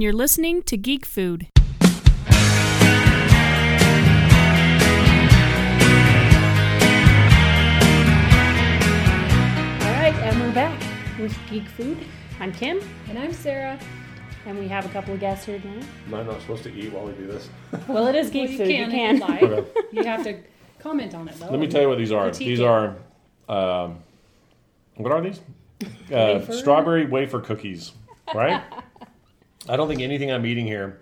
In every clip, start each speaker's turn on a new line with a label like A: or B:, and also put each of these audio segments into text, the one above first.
A: You're listening to Geek Food. All right, and we're back with Geek Food. I'm Kim,
B: And I'm Sarah.
A: and we have a couple of guests here tonight.
C: Am I not supposed to eat while we do this?
A: Well, it is Geek
B: Well, you
A: Food.
B: can
A: you
B: if
A: can.
B: you like.
C: Okay.
B: You have to comment on it though.
C: Let me tell you what these are.
B: Critique
C: These
B: it.
C: are, um, what are these? Uh,
B: Wafer?
C: strawberry wafer cookies, right? I don't think anything I'm eating here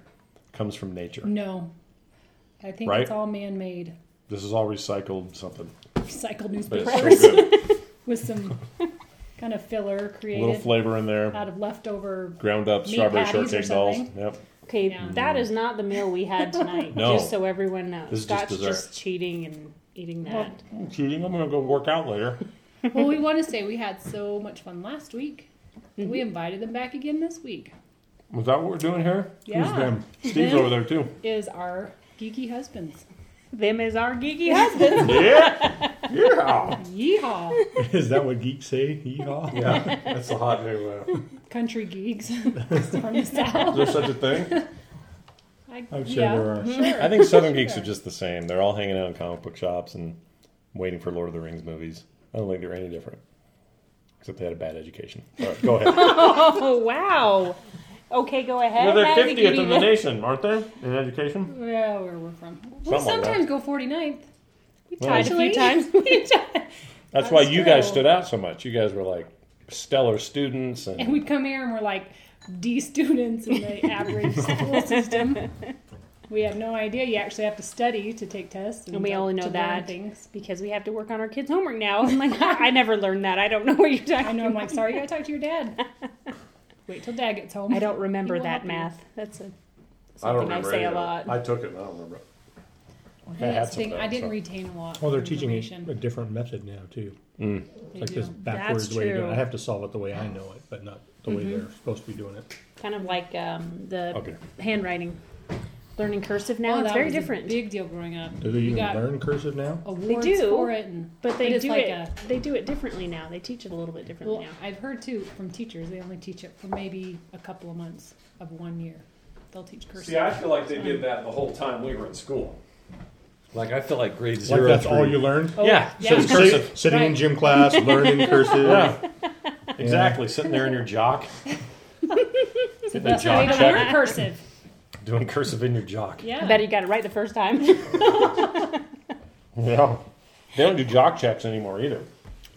C: comes from nature.
B: No, I think
C: Right?
B: it's all man-made,
C: This is all recycled something,
B: recycled
C: but it's
B: newspapers
C: so good.
B: with some kind of filler
C: A little
B: created
C: flavor in there.
B: out of leftover.
C: Ground up
B: meat
C: strawberry
B: patties or
C: shortcake balls.
B: something.
C: Yep.
A: Okay,
B: Yeah.
A: that is not the meal we had tonight.
C: No.
A: Just so everyone knows,
C: This is just
A: Scott's just,
C: dessert.
A: cheating and eating that.
B: Well,
C: I'm cheating. I'm gonna go work out later.
B: well, we want to say we had so much fun last week. We
A: Mm-hmm.
B: invited them back again this week.
C: Was that what we're doing here? Who's
B: Yeah.
C: them? Steve's over there too.
B: Is our geeky husbands?
A: Them is our geeky husband.
C: Yeah. Yeah.
B: Yeehaw,
D: Is that what geeks say? Yeehaw.
C: Yeah. That's the hot new. Uh,
B: country geeks from the south.
C: is there such a thing?
B: I,
D: I'm sure there are.
B: Sure.
C: I think Southern geeks are just the same. They're all hanging out in comic book shops and waiting for Lord of the Rings movies. I don't think they're any different, except they had a bad education. All right, go ahead.
A: oh wow. Okay, go ahead.
C: they're
A: Now we can
C: fiftieth in
A: eat
C: the
A: it.
C: nation, aren't they? In education.
B: Yeah, where we're from.
C: Something
B: We
C: like that.
B: sometimes go 49th.
A: We
C: Well,
A: tied a few
B: Actually.
A: times. We tied-
C: That's why
B: That's
C: you guys
B: true.
C: stood out so much. You guys were like stellar students, and,
B: And we'd come here and we're like D students in the average school system. We have no idea. You actually have to study to take tests.
A: And we
B: to-
A: only know
B: to learn
A: that.
B: Things.
A: because we have to work on our kids' homework now. I'm like, I never learned that. I don't know what you're talking.
B: I know. I'm like, sorry, you gotta talk to your dad. Wait till dad gets home.
A: I don't remember
B: He will help
A: that
B: you.
A: math. That's a
C: I don't
A: something I,
C: remember.
A: say
C: any
A: a
C: of it.
A: lot.
C: I took it. and I don't remember. it.
B: And
C: I had
B: that's the
C: some
B: thing,
C: of
B: I
C: that,
B: didn't
C: so.
B: retain a lot.
D: Well, they're
B: of
D: teaching
B: information.
D: a, a different method now too.
B: They
D: It's like this
B: do.
D: backwards
A: That's
D: way to do
A: true.
D: it. I have to solve it the way I know it, but not the way
B: Mm-hmm.
D: they're supposed to be doing it.
A: Kind of like um, the
C: Okay.
A: handwriting, learning cursive now.
B: Oh,
A: it's
B: that
A: very
B: was a
A: different.
B: Big deal growing up.
D: Do they
B: You
D: even
B: got
D: learn cursive now?
B: Awards
A: do,
B: for it, and
A: But they
B: it's
A: do
B: like
A: it.
B: a-
A: They do it differently now. They teach it a little bit differently
B: well,
A: now.
B: I've heard too from teachers. They only teach it for maybe a couple of months of one year. They'll teach cursive.
C: I feel like they did that the whole time we were in school. Like I feel like grade
D: Like that's all you learned?
B: Oh,
C: Yeah,
B: yeah.
C: so it's cursive.
D: Sit- sitting in
B: Right.
D: gym class, learning cursive.
C: Yeah, exactly. Sitting there in your jock,
B: So
C: The
B: that's how you
C: jock
B: learn cursive.
C: doing cursive in your jock.
B: Yeah.
A: I bet you got it right the first time.
C: Yeah. They don't do jock checks anymore either.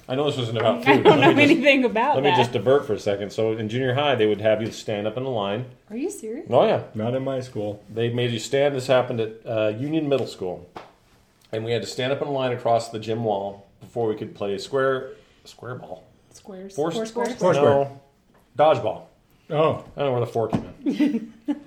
C: I know this isn't about food.
A: I
C: but
A: don't
C: let
A: know
C: me just-
A: anything about
C: Let
A: that.
C: me just divert for a second. So in junior high, they would have you stand up in a line.
B: Are you serious?
C: Oh yeah,
D: Not in my school.
C: they made you stand. This happened at uh, Union Middle School, and we had to stand up in a line across the gym wall before we could play square square ball,
B: Squares.
C: Four-
B: Four squares.
D: Four square.
C: no, dodgeball.
D: Oh,
C: I don't know where the four came in.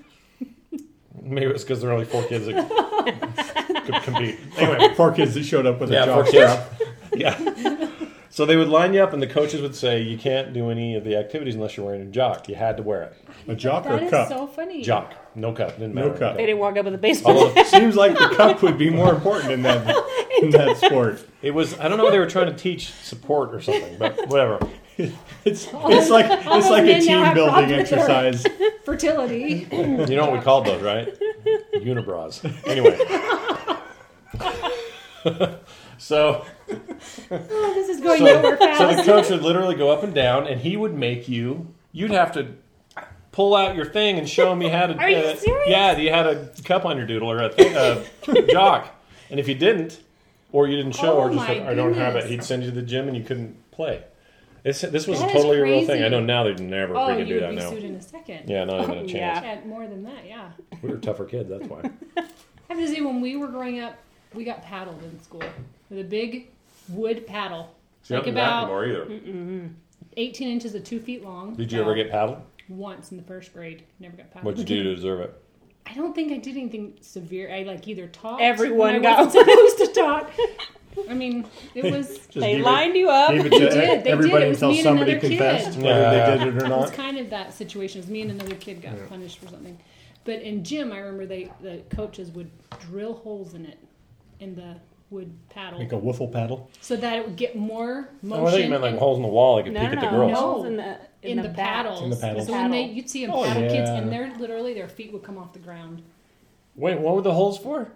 C: Maybe it was because there are only four kids that could compete. Anyway,
D: four kids that showed up with
C: Yeah,
D: a
C: four
D: job
C: kids.
D: strap.
C: yeah. So they would line you up, and the coaches would say, "You can't do any of the activities unless you're wearing a jock. You had to wear it.
D: A jock or
B: That
D: a
B: is
D: cup?
B: so funny.
C: Jock, no cup, didn't
D: No
C: matter.
D: cup.
A: they didn't walk up with a baseball.
C: Although
D: Seems like the cup would be more important in that, in that sport.
C: it was, I don't know, if they were trying to teach support or something, but whatever.
D: It's, it's like it's like
B: men
D: a
B: now
D: team
B: have
D: building
B: problems with their-
D: exercise.
B: Fertility.
C: You know what we called those, right? Unibras. Anyway. so,
B: Oh, this is going
C: so,
B: nowhere
C: so the
B: fast.
C: coach would literally go up and down, and he would make you, you'd have to pull out your thing and show him you had a,
A: Are you
C: uh,
A: serious?
C: yeah, you had a cup on your doodle or a, thing, a jock. And if you didn't, or you didn't show,
B: Oh
C: or just
B: my
C: said, I don't have it,
B: goodness.
C: he'd send you to the gym and you couldn't play. It's, this was
B: That is
C: totally a real thing.
B: crazy.
C: I know now they'd never
B: oh,
C: freaking
B: you
C: do
B: would
C: that
B: be
C: now.
B: sued in a second.
C: Yeah, not even a
A: Oh, yeah.
C: chance.
B: Yeah, more than that, yeah.
C: We were tougher kids, that's why.
B: I have to say, when we were growing up, we got paddled in school with a big wood paddle.
C: So you
B: Like
C: don't do that
B: about- Mm,
C: anymore either.
B: 18 inches of two feet long.
C: Did you ever
B: Now,
C: get paddled?
B: Once in the first grade. Never got paddled.
C: What'd you do to deserve it?
B: I don't think I did anything severe. I like either taught.
A: Everyone
B: when I
A: got
B: wasn't supposed to talk. I mean, it was.
D: Just
A: they
D: give it-
A: lined you up.
D: Gave it to
B: They did, they
D: everybody
B: did. It was
D: until
B: me and
D: somebody
B: another
D: confessed
C: kid.
D: whether
C: Yeah.
D: they did it or
B: It was
D: not.
B: kind of that situation. It was me and another kid got punished for something. But in gym, I remember they the coaches would drill holes in it in the wood paddle
D: Like a wiffle paddle.
B: so that it would get more
C: Oh, I
B: motion.
C: think you meant like
B: and-
C: holes in the wall, like a
A: no,
C: peek
A: no,
C: at the girls.
A: no. Holes in the-
B: in, the,
A: bat.
B: paddles.
C: In the paddles.
B: So when they, you'd see them
C: Oh,
B: paddle kids,
C: yeah.
B: and they're literally their feet would come off the ground.
D: Wait, what were the holes for?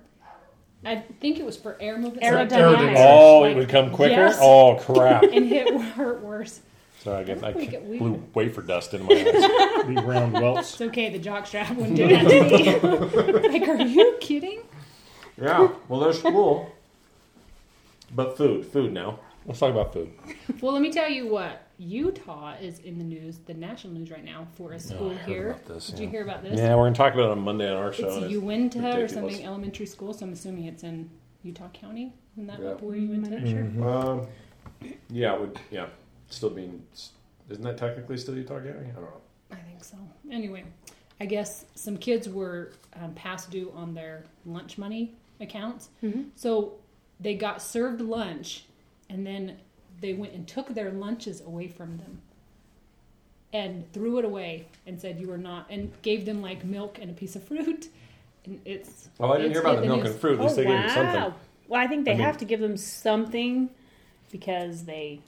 B: I think it was for air movement.
A: Aerodynamics.
B: Aerodynamics.
C: Oh,
B: Like,
C: it would come quicker.
B: yes.
C: Oh crap!
B: and hit hurt worse.
C: Sorry, I, guess I
B: We get weird.
C: blew wafer dust in my eyes.
D: The round welts.
B: It's okay. The jock strap wouldn't do that to me. like, are you kidding?
D: Yeah. Well, there's school.
C: but food, food now. Let's talk about food.
B: Well, let me tell you what. Utah is in the news, the national news right now, for a school
C: heard
B: here.
C: about this,
B: Did
C: yeah.
B: you hear about this?
C: Yeah, we're gonna talk about it on Monday on our show.
B: It's
C: and
B: Uinta
C: ridiculous.
B: or something elementary school, so I'm assuming it's in Utah County. Isn't that
C: Yeah.
B: where Uinta? Sure.
C: Um, yeah, it would yeah, still being isn't that technically still Utah County? I don't know.
B: I think so. Anyway, I guess some kids were um, past due on their lunch money accounts, so they got served lunch, and then they went and took their lunches away from them. And threw it away and said you were not, and gave them like milk and a piece of fruit. And it's
C: Oh, I didn't
B: it's
C: hear about
B: hit
C: the milk
B: news.
C: and fruit. At least
A: Oh,
C: they gave him
A: wow.
C: something.
A: Well, I think they
C: I mean-
A: have to give them something because they,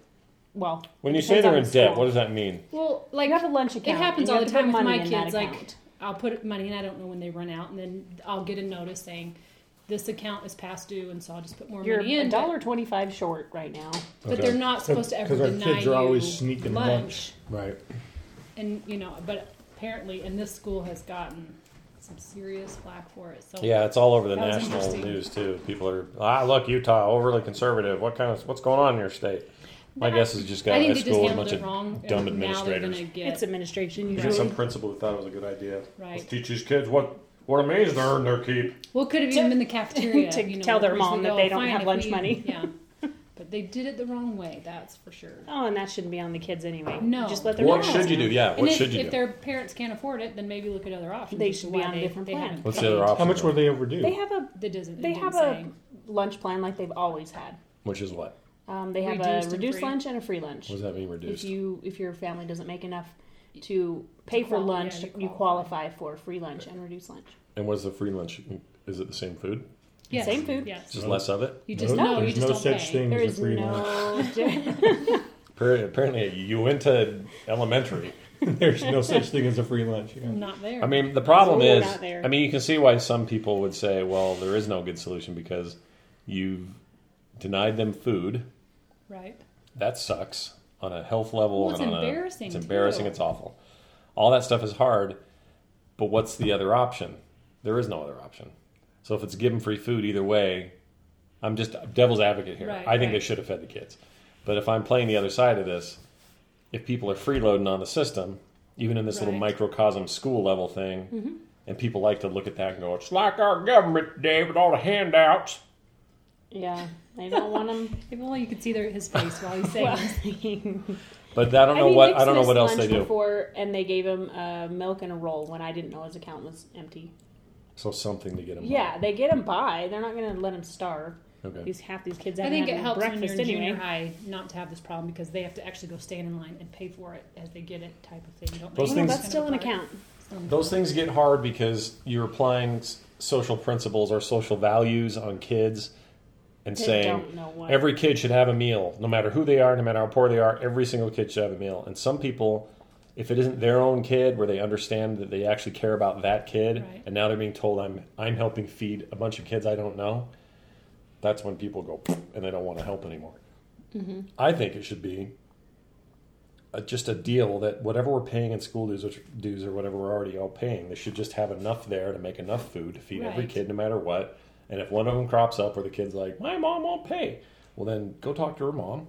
A: well,
C: When you
A: it
C: say
A: depends
C: they're
A: on
C: in
A: the
C: debt,
A: school.
C: what does that mean?
B: Well,
A: Like,
B: like
A: you have a lunch account.
B: It
A: and
B: happens
A: you
B: all
A: have
B: the
A: to
B: time with
A: put
B: my
A: money in that
B: kids. Like
A: account.
B: I'll put money and I don't know when they run out, and then I'll get a notice saying this account is past due, and so I'll just put more
A: you're
B: money in.
A: a
B: but-
A: dollar twenty-five short right now.
B: but, they're not supposed to ever
D: 'Cause our
B: deny
D: kids are
B: you
D: always sneaking
B: lunch.
D: lunch. Right.
B: And you know, but apparently, and this school has gotten some serious flack for it. So
C: Yeah, it's all over the
B: That was
C: national
B: interesting.
C: news too. People are ah, look, Utah overly conservative. What kind of what's going on in your state? My
B: But
C: guess is you just got
B: I
C: a
B: think they just
C: school with a
B: handled
C: bunch
B: it
C: of
B: wrong.
C: dumb
B: and now they're
C: administrators.
B: gonna get-
A: It's administration
C: You got
A: usually.
C: some principal who thought it was a good idea.
B: Right.
C: Let's teach these kids what what it means to earn their keep.
B: Well, could have even been the cafeteria
A: to
B: you know,
A: tell their
B: where we
A: mom
B: go,
A: that they don't
B: "Fine,
A: have
B: if
A: lunch
B: we-"
A: money.
B: Yeah, but they did it the wrong way. That's for sure.
A: Oh, and that shouldn't be on the kids anyway.
B: No.
A: just let their
C: What
A: parents
C: should you
A: know.
C: do? Yeah,
B: and
C: what
B: if,
C: should you
B: if
C: do?
B: their parents can't afford it, then maybe look at other options.
A: They
B: as to
A: should be
B: why
A: on a
B: they-
A: different
B: they
A: plan.
B: haven't
C: What's the other
B: paid.
C: option?
D: How much were they overdue?
A: They have a
B: That doesn't.
A: they
B: it
A: have
B: didn't
A: a
B: say.
A: lunch plan like they've always had.
C: Which is what?
A: Um, they have a
B: Reduced and
A: reduced
B: free.
A: lunch and a free lunch.
C: What does that mean
A: If
C: reduced?
A: you if your family doesn't make enough to pay for
B: quali- yeah,
A: lunch,
B: to
A: you
B: qualify.
A: qualify for free lunch and reduced lunch.
C: and what's the free lunch? Is it the same food?
B: Yes.
A: Same food.
B: Yes.
C: Just less of it?
B: You just
D: no,
B: know. You
D: there's
B: just
D: no
B: don't
D: such
B: pay.
D: thing
A: There
D: as
A: is
D: a free lunch.
A: no. di-
C: Apparently, apparently at Uinta Elementary.
D: There's no such thing as a free lunch. yeah.
B: Not there.
C: I mean, the problem
A: We're
C: is,
A: not there.
C: I mean, you can see why some people would say, well, there is no good solution because you've denied them food.
B: right?
C: That sucks on a health level.
B: Well, it's
C: and on
B: embarrassing,
C: A, it's embarrassing.
B: too.
C: It's awful. All that stuff is hard. But what's the other option? There is no other option. So if it's given free food either way, I'm just devil's advocate here.
B: Right,
C: I think they
B: right.
C: should have fed the kids. But if I'm playing the other side of this, if people are freeloading on the system, even in this little
B: Right. Mm-hmm.
C: microcosm school level thing, and people like to look at that and go, it's like our government today with all the handouts.
A: yeah, I don't want them.
B: If only you could see their, his face while he's saying. this.
C: But I don't know what I don't know what else they do.
A: Before, and they gave him uh, milk and a roll when I didn't know his account was empty.
C: So something to get them.
A: Yeah, they get him by. They're not going to let him starve.
C: Okay.
A: These half these kids.
B: I
A: haven't
B: think it
A: had
B: helps when you're
A: breakfast
B: in junior
A: anyway.
B: high not to have this problem because they have to actually go stand in line and pay for it as they get it, type of thing. Don't
C: Those
B: make
A: No,
C: things-
B: this
A: that's
B: kind
A: still
B: of
A: an
B: a part.
A: account.
C: Those things get hard because you're applying s- social principles or social values on kids and
A: They don't
C: saying
A: know what.
C: every kid should have a meal, no matter who they are, no matter how poor they are, every single kid should have a meal. And some people, if it isn't their own kid where they understand that they actually care about that kid
B: Right.
C: and now they're being told I'm I'm helping feed a bunch of kids I don't know, that's when people go and they don't want to help anymore. I think it should be a, just a deal that whatever we're paying in school dues, which, dues or whatever we're already all paying, they should just have enough there to make enough food to feed every
B: Right.
C: kid no matter what. And if one of them crops up where the kid's like, my mom won't pay, well, then go talk to her mom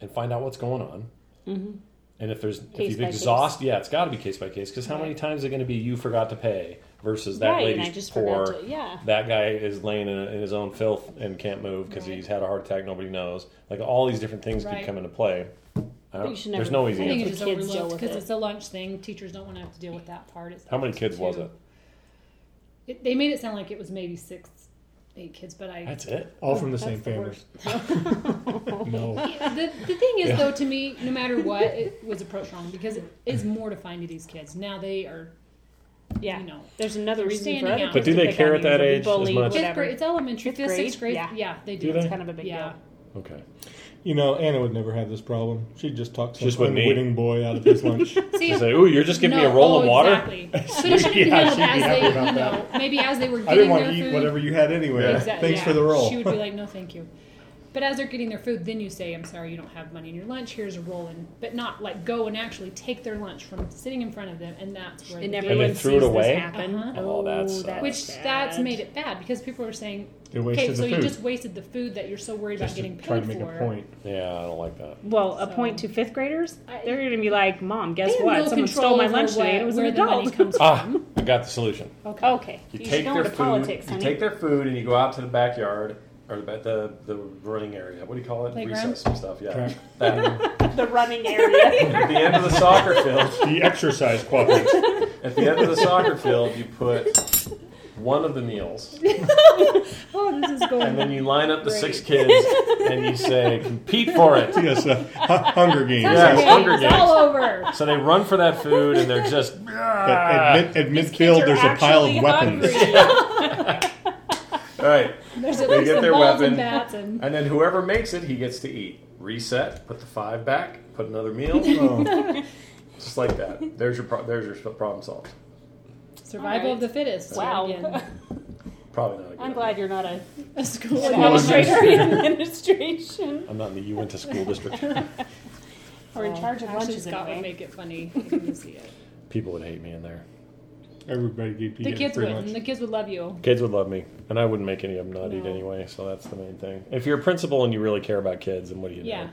C: and find out what's going on. And if there's
A: Mm-hmm. Case
C: if you've
A: by case.
C: exhausted, yeah, it's got to be case by case because how many times is it going to be you forgot to pay versus that
A: Right, and
C: lady's
A: I just
C: poor,
A: forgot to- yeah.
C: that guy is laying in, in his own filth and can't move because
B: Right.
C: he's had a heart attack, nobody knows. Like all these different things
B: Right.
C: could come into play. I
A: you
C: don't,
A: should
C: there's
A: never-
C: no
A: I
C: easy
B: I think
C: answer.
B: it's
A: The
B: just
A: kids deal
B: overlooked
A: with
B: because
A: it.
B: it's a lunch thing. Teachers don't want to have to deal with that part. It's
C: How many kids was
B: too-
C: it?
B: It, they made it sound like it was maybe six, eight kids, but I.
C: That's it.
D: All from the
A: That's
D: same
A: the
D: family.
A: worst.
D: no.
B: the, the thing is, though, to me, no matter what, it was approached wrong because it is mortifying to these kids. Now they are,
A: Yeah.
B: you know,
A: There's another
B: They're
A: reason for
B: standing
A: other kids
B: out. But do
A: to
C: they
A: pick
C: care
A: on
C: at
A: you,
C: that
A: to be
C: age as
A: bullied,
C: much?
B: fifth
A: whatever.
B: grade. It's elementary,
A: Fifth
B: fifth, sixth
A: grade?
B: grade.
A: Yeah.
B: Yeah, they
C: Do
B: do.
C: they?
A: It's kind of a big
B: Yeah.
A: deal.
C: Okay.
D: You know, Anna would never have this problem. She'd just talk some
C: Just with me.
D: unwitting boy out of his lunch.
B: See,
C: They say, "Ooh, you're just giving me a roll
B: oh,
C: of water."
B: Exactly. But it should be
D: Yeah,
B: handled
D: she'd be
B: as
D: happy
B: they,
D: about
B: you know,
D: that.
B: maybe as they were
D: I
B: getting
D: didn't want
B: their
D: to eat
B: food.
D: whatever you had anyway.
B: Exactly,
D: Thanks
B: yeah.
D: for the roll.
B: She would be like, no, thank you. But as they're getting their food, then you say, I'm sorry, you don't have money in your lunch. Here's a roll, and but not like go and actually take their lunch from sitting in front of them, and that's where
A: And
B: the
A: everyone
B: game-
C: they threw it
A: sees
C: away?
A: this happen.
B: Uh-huh.
C: Oh, that's, uh,
B: which that's made it bad because people are saying,
D: they
B: okay,
D: wasted
B: so
D: the
B: you
D: food.
B: just wasted the food that you're so worried
D: Just
B: about
D: to
B: getting
D: try
B: paid
D: to make
B: for.
D: a point.
C: Yeah, I don't like that.
E: Well, a
B: So-
E: point to fifth graders,
B: I-
E: they're going to be like, Mom, guess
B: They have
E: what?
B: no
E: Someone
B: control
E: stole my
B: over
E: lunch
B: what-
E: today. and It was an
B: where the money
E: adult. Oh,
B: comes from.
C: Ah, I got the solution.
B: Okay.
E: okay.
C: You,
E: should
C: take
E: go
C: their
E: into
C: food.
E: politics, honey.
C: you take their food and you go out to the backyard or the ba- the, the running area. What do you call it?
B: Playground?
C: Recess and stuff. Yeah.
D: Track.
C: That,
A: the running area.
C: at the end of the soccer field,
D: The exercise quadrant.
C: at the end of the soccer field, you put one of the meals,
E: oh, this is
C: and
E: going.
C: then you line up the six kids and you say, "Compete for it."
D: yes, uh, hu- Hunger Games.
C: Yeah, it's
B: Okay,
C: Hunger
B: it's
C: Games.
B: all over.
C: So they run for that food and they're just. "Ah."
D: But at, mid, at midfield, there's a pile of weapons.
C: All right.
B: There's at
C: They
B: least
C: get
B: the
C: their
B: balls
C: weapon.
B: and bats and
C: And then whoever makes it, he gets to eat. Reset. Put the five back. Put another meal.
D: Oh,
C: just like that. There's your pro- there's your s- problem solved.
B: survival of the fittest.
A: Wow.
B: Again.
C: Probably not. A good
A: I'm
C: idea.
A: glad you're not a
B: A school
A: an
D: Well, administrator.
A: administrator in administration
C: I'm not in the you went to school district.
A: or in charge of
B: Actually,
A: lunches
B: Scott would
A: anyway.
B: make it funny if you see it.
C: People would hate me in there.
D: everybody gave
B: The
D: you
B: kids
D: free
B: would.
D: lunch.
B: and The kids would love you.
C: Kids would love me, and I wouldn't make any of them not eat
B: No.
C: anyway. So that's the main thing. If you're a principal and you really care about kids, then what do you
B: Yeah.
C: do?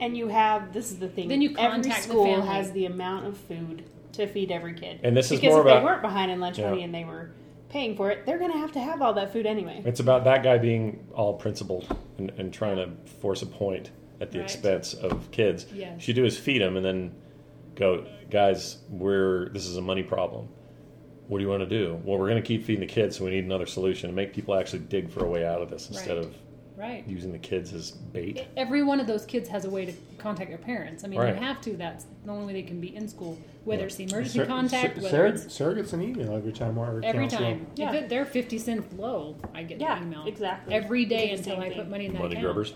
A: And you have this is the thing.
B: Then you
A: every
B: contact the
A: school
B: family.
A: has the amount of food to feed every kid.
C: And this is
A: because
C: more
A: if
C: about
A: they weren't behind in lunch
C: Yeah.
A: money and they were paying for it, they're going to have to have all that food anyway.
C: it's about that guy being all principled and, and trying to force a point at the
B: Right.
C: expense of kids.
B: Yes.
C: What you do is feed them and then go, guys, we're this is a money problem. What do you want to do? Well, we're going to keep feeding the kids, so we need another solution to make people actually dig for a way out of this instead
B: Right.
C: of
B: Right.
C: using the kids as bait.
B: Every one of those kids has a way to contact their parents. I mean,
C: Right.
B: they have to. That's the only way they can be in school. Whether
C: Yeah.
B: it's the emergency
D: Sur-
B: contact,
D: sur-
B: whether
D: sur-
B: it's
D: Sarah gets an email every time our
B: every
D: accounts
B: time.
D: go.
A: Yeah.
B: If it, they're fifty cents low, I get
A: Yeah,
B: an email
A: exactly.
B: every
A: Do
B: day
A: the
B: until
A: same
B: I put
A: thing.
B: money in that
C: Money
B: account.
C: grubbers.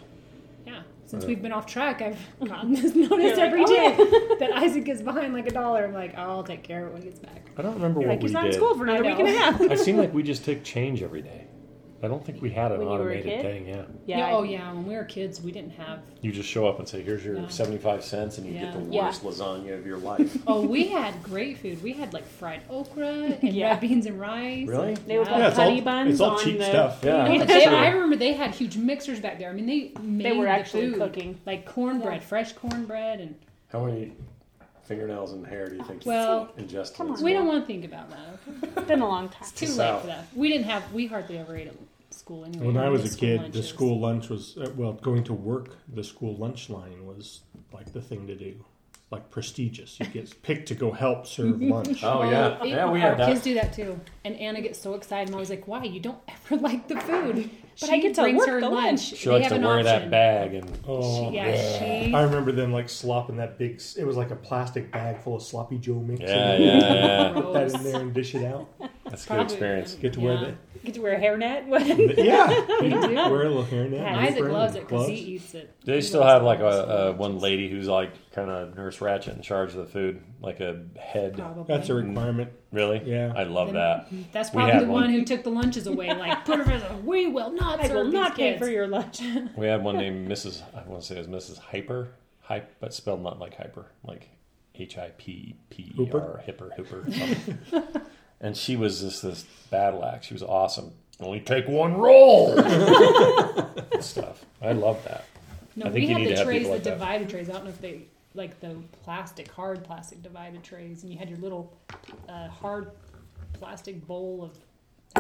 B: Yeah. Since
C: Yeah.
B: we've been off track, I've gotten this
A: like,
B: notice every
A: "Oh,
B: day that Isaac gets behind like a dollar. I'm like, I'll take care of it when he gets back.
C: I don't remember what
E: Like,
C: we
E: he's not in
C: did.
E: school for another
B: I
E: week and a
B: know.
E: half.
C: I seem like we just took change every day. I don't think we had an
A: When you were a
C: automated
A: kid?
C: thing. Yeah,
A: Yeah.
B: Yeah,
A: I-
B: oh yeah. When we were kids, we didn't have.
C: you just show up and say, "Here's your
B: No.
C: seventy-five cents," and you get
B: Yeah.
C: the
A: Yeah.
C: worst lasagna of your life.
B: Oh, we had great food. We had like fried okra and
A: Yeah.
B: red beans and rice.
C: really?
A: They would
B: Yeah.
A: put
D: Yeah, it's all,
A: honey buns
D: it's all
A: on
D: cheap
A: the,
D: stuff.
C: Yeah.
B: No,
A: Yeah.
B: but they,
A: Sure.
B: I remember they had huge mixers back there. I mean, they made
A: They were
B: the
A: actually
B: food,
A: cooking.
B: like cornbread, fresh cornbread, and
C: How many fingernails and hair do you think
B: well,
C: you ingest?
A: Come
C: in
A: on.
C: this
B: we don't
C: month?
B: want to think about that. Okay?
A: It's been a long time.
B: It's too
C: The
B: late
C: South.
B: for that. We didn't have. We hardly ever ate at school anyway.
D: When I was a
B: school
D: kid, the
B: lunches.
D: school lunch was uh, well, going to work, the school lunch line was like the thing to do, like prestigious. You get picked to go help serve lunch.
C: Oh yeah,
B: it-
C: yeah, we
B: our
C: had that.
B: kids do that too. And Anna gets so excited, and I was like, "Why? You don't ever like the food."
A: But
B: she
A: I get to
B: brings
A: work
B: her
A: the
B: lunch.
A: lunch.
C: She
B: They
C: likes
B: have
C: to
B: an
C: wear that
B: option.
C: bag, and
D: Oh,
B: Yeah, she.
D: I remember them like slopping that big. s- It was like a plastic bag full of sloppy Joe mix.
C: yeah,
D: and
C: yeah,
D: then
C: yeah.
D: Put that in there and dish it out.
C: That's a good
B: Probably-
C: experience.
D: Get to
B: Yeah.
D: wear
A: Get to wear a hairnet.
D: the yeah.
B: We do.
D: Wear a little hairnet.
B: And
D: and
B: Isaac
D: apron
B: loves it
D: and
B: because he
D: gloves.
B: eats it.
C: They
B: He
C: still
B: loves
C: have
B: it.
C: like a, uh one lady who's like kind of nurse ratchet in charge of the food, like a head.
B: Probably.
D: That's a requirement.
C: Really?
D: Yeah.
C: I love
B: Then-
C: that.
B: That's
C: We
B: probably
C: had
B: the one.
C: one.
B: who took the lunches away. Like, put her for the, we will not
A: I
B: serve
A: will
B: these
A: not pay
B: kids.
A: for your lunch.
C: We had one named Mrs. I want to say it was Mrs. Hyper, hype, but spelled not like hyper, like H I P P E R, hipper, hipper. something. and she was just this battle axe. She was awesome. Only take one roll. and stuff. I love that.
B: No,
C: I think
B: we
C: you
B: had
C: need to
B: the
C: have
B: trays,
C: people
B: the
C: like that.
B: divided trays. I don't know if they like the plastic, hard plastic divided trays, and you had your little uh, hard plastic bowl of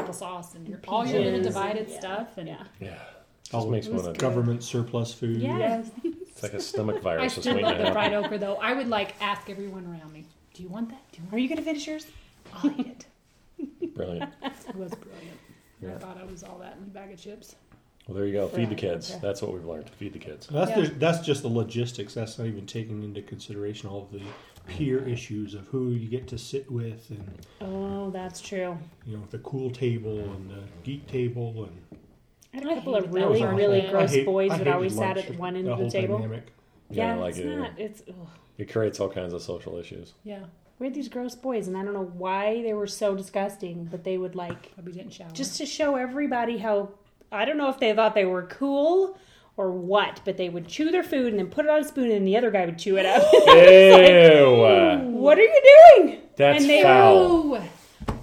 B: applesauce and your all your little
A: peaches
B: divided
A: and- yeah.
B: stuff. And
A: Yeah.
C: Yeah. Just
D: Oh,
C: makes me
B: was
C: want to.
B: good.
D: Government surplus food.
A: Yes.
C: It's like a stomach
B: I
C: virus. that's
B: still
C: waiting
B: love
C: to
B: the
C: happen.
B: fried okra though. I would like ask everyone around me, "Do you want that? Do you
A: Are you going to finish yours?
B: want?" I'll eat it.
C: Brilliant.
B: It was brilliant.
C: Yeah.
B: I thought I was all that in a bag of chips.
C: Well, there you go. Feed the
A: Right,
C: kids.
A: okay.
C: That's what we've learned. Feed the kids.
D: That's
B: Yeah.
D: the, that's just the logistics. That's not even taking into consideration all of the peer issues of who you get to sit with, and
A: Oh, that's true.
D: you know the cool table and the geek table, and
A: I had a couple
B: hated
A: of
B: that
A: really,
B: part.
A: really
B: Yeah.
A: gross
D: I hate-
A: boys that
D: I hated
A: always sat
D: lunch,
A: at one end
D: that
A: of the
D: whole
A: table.
D: dynamic.
A: Yeah,
C: Yeah, like
A: it's
C: it-
A: not. It's ugh.
C: It creates all kinds of social issues.
B: Yeah,
A: we had these gross boys, and I don't know why they were so disgusting, but they would like
B: probably didn't shower.
A: just to show everybody how I don't know if they thought they were cool or what, but they would chew their food and then put it on a spoon, and the other guy would chew it up.
C: Ew,
A: what are you doing?
C: that's
A: And they-
C: foul.
B: Ooh.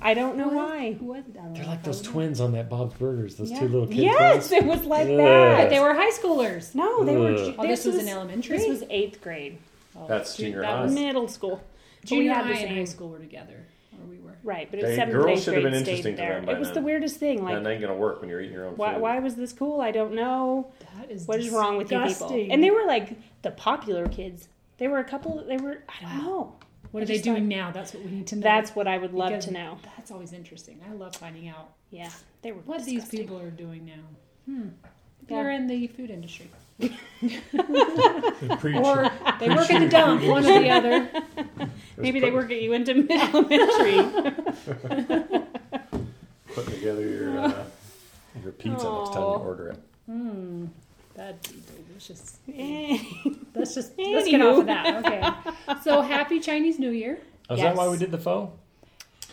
A: I don't know why.
B: Who was it? I don't
C: They're
B: know
C: like
B: if I
C: those
B: would know.
C: twins on that Bob's Burgers. Those
B: Yeah.
C: two little kids.
A: Yes, it was like
C: Ugh.
B: But
A: that.
B: they were high schoolers.
A: No, they were.
C: Ugh.
B: Oh, this, was, in elementary.
A: This was eighth grade,
B: Oh,
C: That's
B: ju-
C: junior
B: that
C: high.
B: was-
A: middle school. But we
B: Junior
A: had
B: high
A: the
B: and high
A: same-
B: school were together, or we were.
A: Right, but it was
C: They-
A: seventh and
C: girls
A: eighth
C: should have
A: grade.
C: been interesting
A: stayed
C: to them
A: there.
C: by
A: it was the
C: then.
A: weirdest thing. Like,
C: ain't gonna work when you're eating your own
A: why, why was this cool? I don't know.
B: That is
A: What is wrong with you people?
B: disgusting.
A: And they were like the popular kids. They were a couple. They were. I don't know.
B: What
A: I
B: are they
A: just
B: doing now? That's what we need to know.
A: That's what I would love
B: Because
A: to know.
B: that's always interesting. I love finding out
A: Yeah, they were.
B: what these
A: disgusting.
B: people are doing now. Hmm.
A: Yeah.
B: They're in the food industry,
D: They preach
B: or they work in the dump. One or the other.
A: Maybe they work at you into mid elementary.
C: putting together your uh, your pizza next time you
A: Aw.
C: order it.
B: Hmm. That'd be delicious.
A: Eh,
B: Let's just let's get off of that. Okay. So happy Chinese New Year.
C: Oh, Is
A: Yes.
C: that why we did the pho?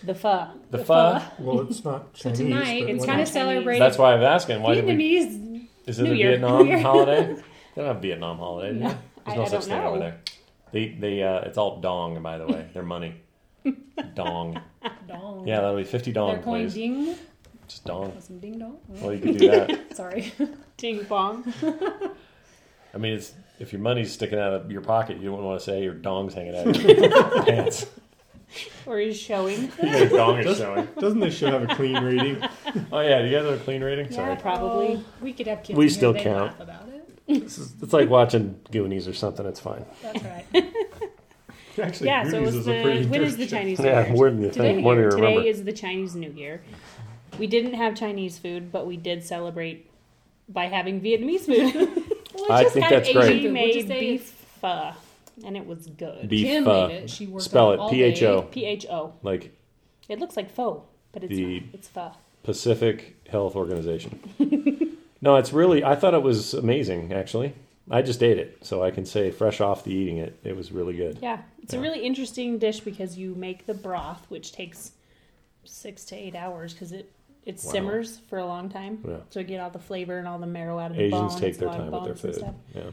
A: the pho.
C: The,
B: The
C: pho.
D: Well, it's not
B: So
D: Chinese.
B: tonight,
D: but
B: it's
D: when
B: kind
D: I-
B: of celebrating
C: That's why I'm asking. Why did we?
B: Vietnamese.
C: Is it
A: New
C: a
A: Year.
C: Vietnam
A: New Year.
C: holiday? They don't have Vietnam holiday. do they?
A: No. I-
C: There's no
A: I
C: such
A: don't
C: thing
A: know.
C: over there. They they uh, it's all dong by the way. They're money. dong.
B: Dong.
C: Yeah, that'll be fifty
B: They're
C: dong,
B: calling
C: please.
B: ding.
C: Just dong.
B: Oh, Some ding dong. Oh,
C: Well, you could do that.
B: Sorry.
A: Ding pong.
C: I mean, it's if your money's sticking out of your pocket, you don't want to say your dong's hanging out of your pants.
A: Or is showing.
C: Your dong is showing.
D: Doesn't this show have a clean rating?
C: Oh yeah, do you guys have a clean rating?
A: Yeah,
C: Sorry,
A: probably.
B: Oh, we could have kids.
C: We
B: in here.
C: still
B: They'd
C: count.
B: laugh about it.
C: it's, it's like watching Goonies or something. It's fine.
B: That's right.
D: Actually,
A: yeah, so it
D: Goonies
A: was
D: is
A: the
D: a pretty
A: when is the
D: dirty-
A: Chinese New
C: Yeah,
A: Year?
C: more than you
B: Today-
C: think. More than you
A: Today
C: remember.
A: is the Chinese New Year. We didn't have Chinese food, but we did celebrate by having Vietnamese food.
B: Well, let's
C: I
B: just
C: think
B: have
C: that's
B: Asian
C: great.
B: food.
A: we
B: We'll
A: made
B: just say
A: beef
B: it's-
A: pho, and it was good.
C: Beef,
B: Kim
C: uh,
B: made it. She worked
C: spell
B: on
C: it
B: all
C: P H O,
A: P H O.
C: like
A: It looks like pho, but it's
C: The-
A: not. it's pho.
C: Pacific Health Organization. no, it's really. I thought it was amazing. Actually, I just ate it, so I can say fresh off the eating it, it was really good.
A: Yeah, it's a
C: Yeah.
A: really interesting dish because you make the broth, which takes six to eight hours because it it
C: Wow.
A: simmers for a long time.
C: Yeah.
A: So you get all the flavor and all the marrow out of the
C: Asians
A: bones,
C: take their
A: a lot of
C: time with their
A: bones and
C: food.
A: stuff.
C: Yeah,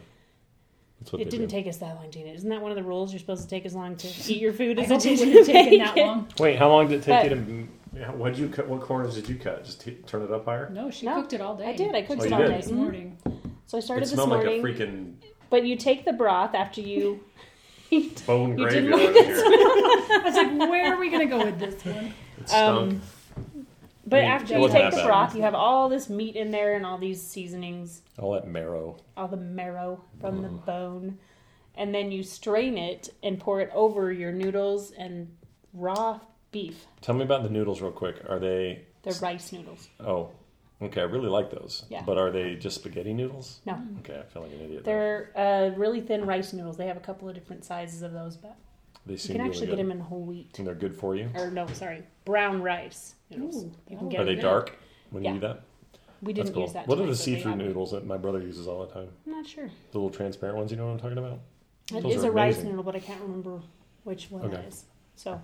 C: that's what
A: It
C: they
A: didn't
C: do.
A: take us that long, Gina. Isn't that one of the rules? You're supposed to take as long to eat your food
B: I
A: as it
B: hope it
A: takes you
B: wouldn't have
A: to make
B: taken that
A: it.
B: long.
C: Wait, how long did it
A: take
C: you to? What did you cut? What corners did you cut? Just t- turn it up higher.
B: No, she
A: No,
B: cooked it all day.
A: I did. I cooked
C: Oh,
A: it
C: you
A: all
C: did?
A: day.
B: this
A: Mhm.
B: morning.
A: So I started this morning.
C: freaking
A: But you take the broth after you eat.
C: bone
A: You didn't
C: graveyard in here.
B: I was like, where are we gonna go with this one?
C: It stunk.
A: um, But
C: I mean,
A: after
B: it
A: you
B: wasn't
A: take
B: that
A: the
B: bad.
A: broth, you have all this meat in there and all these seasonings,
C: All that marrow.
A: all the marrow from the bone, and then you strain it and pour it over your noodles and raw beef.
C: Tell me about the noodles real quick. Are they?
A: They're rice noodles.
C: Oh, okay. I really like those.
A: Yeah.
C: But are they just spaghetti noodles?
A: No.
C: Okay, I feel like an idiot. there.
A: They're uh, really thin rice noodles. They have a couple of different sizes of those, but
C: They
A: you
C: seem
A: can
C: really
A: actually
C: good.
A: get them in whole wheat.
C: And they're good for you.
A: Or no, sorry, brown rice noodles.
B: Ooh,
A: you can
B: wow.
A: get
C: Are they
A: them.
C: dark when
A: Yeah.
C: you do that?
A: We
C: That's
A: didn't
C: cool.
A: use that.
C: what are
A: tonight,
C: the
A: but they
C: see-through
A: have-
C: noodles that my brother uses all the time?
A: I'm not sure.
C: The little transparent ones. You know what I'm talking about?
A: It
C: Those
A: is
C: are
A: a rice
C: amazing.
A: noodle, but I can't remember which one that
C: Okay.
A: is. So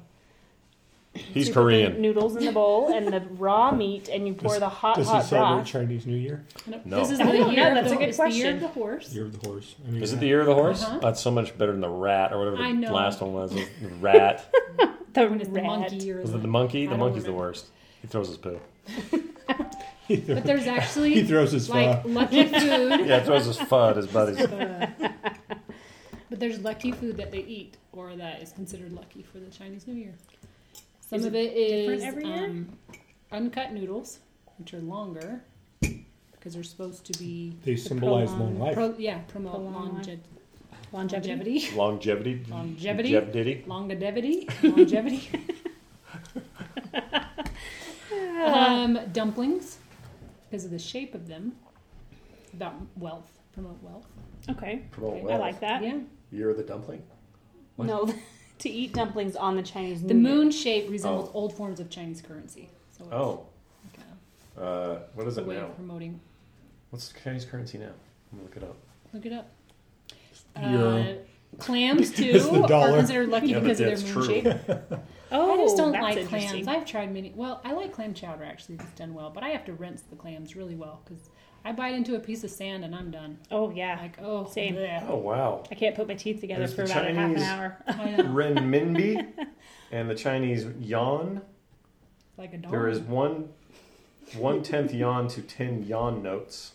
C: He's
A: so you put the
C: Korean.
A: noodles in the bowl and the raw meat, and you pour
D: Does-
A: the hot
D: Does he
A: hot
D: celebrate
A: broth.
D: Chinese New Year?
C: No.
B: This is
A: I
B: the
A: don't know,
B: year.
A: that's
B: of
A: a
B: the,
A: good
B: it's the year
A: question.
B: of the horse.
D: Year of the horse. I mean,
C: Is it the year of the horse?
B: Uh-huh.
C: That's so much better than the rat or whatever
B: I
C: the
B: know.
C: last one was. The rat.
A: The
B: When it's the
A: red.
B: monkey year.
C: Was it the monkey?
B: I
C: The
B: don't
C: monkey's the
B: remember.
C: worst. He throws his poo.
D: He throws-
B: But there's
D: he
B: actually
D: throws his
B: like
D: like,
B: lucky food.
C: Yeah, he throws his pho at his buddies.
B: but there's lucky food that they eat, or that is considered lucky for the Chinese New Year. Some
A: Is
B: of it
A: different
B: is
A: every year?
B: um, uncut noodles, which are longer because they're supposed to be
D: They symbolize long
A: prolonged-
D: life.
B: pro, yeah promote
A: Prolong life.
B: longe-
A: longevity.
B: longevity,
C: Longevity.
B: longevity,
C: Longevity.
B: longevity, longevity. um, dumplings because of the shape of them. About wealth, promote wealth.
A: Okay,
C: Promote
A: I like that.
B: yeah.
C: Year of the dumpling. What?
A: No, to eat dumplings on the Chinese New
B: The
A: Year.
B: moon shape resembles
C: Oh.
B: old forms of Chinese currency. So it's
C: Oh,
B: like a-
C: uh, what is
B: a
C: it
B: way
C: now?
B: of promoting.
F: What's the Chinese currency now? I'm gonna look it up.
B: Look it up.
D: Euro.
B: Uh, clams
D: It's the
B: too are
D: dollar.
B: considered lucky
F: Yeah, but
B: because of their
F: that's true.
B: moon shape.
A: Oh,
B: I just don't
A: that's
B: like
A: interesting.
B: clams. I've tried many. Well, I like clam chowder actually. It's done well, but I have to rinse the clams really well because I bite into a piece of sand and I'm done.
A: Oh yeah,
B: Like oh,
A: Same.
B: bleh.
F: Oh wow.
A: I can't put my teeth together
F: There's
A: for
F: the
A: about a half an
F: Chinese-
A: hour.
B: I know.
F: Renminbi and the Chinese yuan.
B: like a dog.
F: There is one one tenth yuan to ten yuan notes.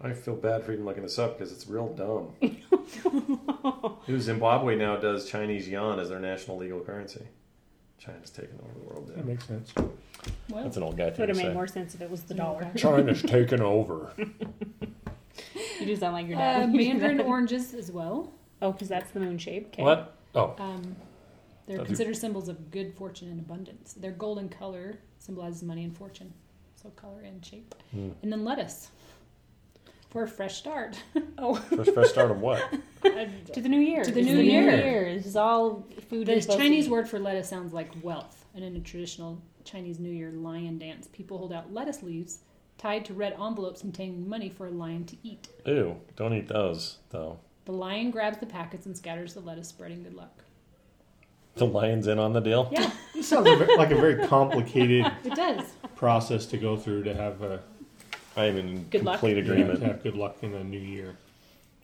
F: I feel bad for even looking this up because it's real dumb. Who Zimbabwe now does Chinese yuan as their national legal currency? China's taken over the world
D: That
F: now.
D: makes sense.
B: Well,
C: That's an old guy
A: Would
C: thing to
A: have made
C: say.
A: more sense if it was the dollar.
F: China's taken over.
A: You do sound like your
B: uh,
A: dad.
B: mandarin oranges as well.
A: oh, because that's the moon shape. Okay.
F: What? Oh,
B: Um, they're
F: That'd be-
B: considered symbols of good fortune and abundance. Their golden color symbolizes money and fortune, so color and shape.
F: Hmm.
B: And then lettuce for a fresh start.
F: first, first start on what?
A: To the new year.
B: To the
A: It's
B: new year.
A: This is all food.
B: The
A: is supposed to
B: Chinese
A: be-
B: word for lettuce sounds like wealth, and in a traditional Chinese New Year lion dance, people hold out lettuce leaves tied to red envelopes containing money for a lion to eat.
C: Ew, don't eat those though.
B: The lion grabs the packets and scatters the lettuce, spreading good luck.
C: The lion's in on the deal.
B: Yeah,
D: It sounds a ve- like a very complicated
B: it does.
D: process to go through to have a
C: I am in
A: Good luck.
C: complete agreement.
D: to have good luck in the new year.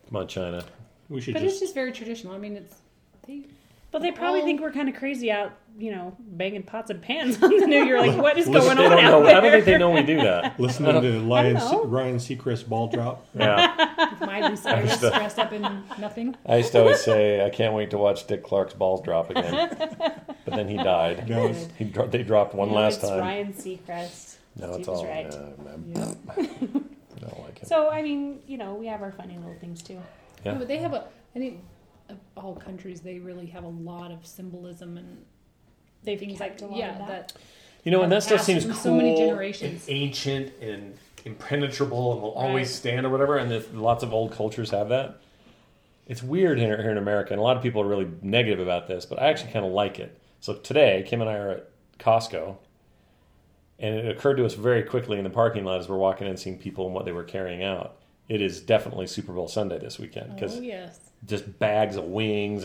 C: Come on, China.
D: We should
B: But
D: just
B: it's just very traditional. I mean, it's they
A: But they probably
B: Oh.
A: think we're kind of crazy out, you know, banging pots and pans on the new year. Like, what is going
C: they
A: on
C: don't
A: out
C: know.
A: there?
C: I don't think they know we do that.
D: listen to Ryan,
A: know.
D: Ryan Seacrest ball drop.
C: Yeah,
B: mildly serious, dressed up in nothing.
C: I used to always say I can't wait to watch Dick Clark's balls drop again, but then he died.
D: Now it's-
C: He dro- they dropped one
A: Yeah,
C: last
A: it's
C: time.
A: Ryan Seacrest.
C: No,
A: Steve
C: it's
A: was
C: all.
A: right.
C: yeah, I'm- I don't like it.
A: So I mean, you know, we have our funny little things too.
C: Yeah.
B: No, but they have a. I think of all countries they really have a lot of symbolism and
A: They've
B: things like
A: kept a lot
B: yeah oh,
A: of that.
C: you know, and that stuff
B: passed
C: seems
B: through
C: cool,
B: so many generations.
C: and ancient, and impenetrable, and will always stand or whatever. And if lots of old cultures have that. It's weird here, here in America, and a lot of people are really negative about this, but I actually kind of like it. So today, Kim and I are at Costco, and it occurred to us very quickly in the parking lot as we're walking in, seeing people and what they were carrying out. It is definitely Super Bowl Sunday this weekend because
B: Oh yes,
C: just bags of wings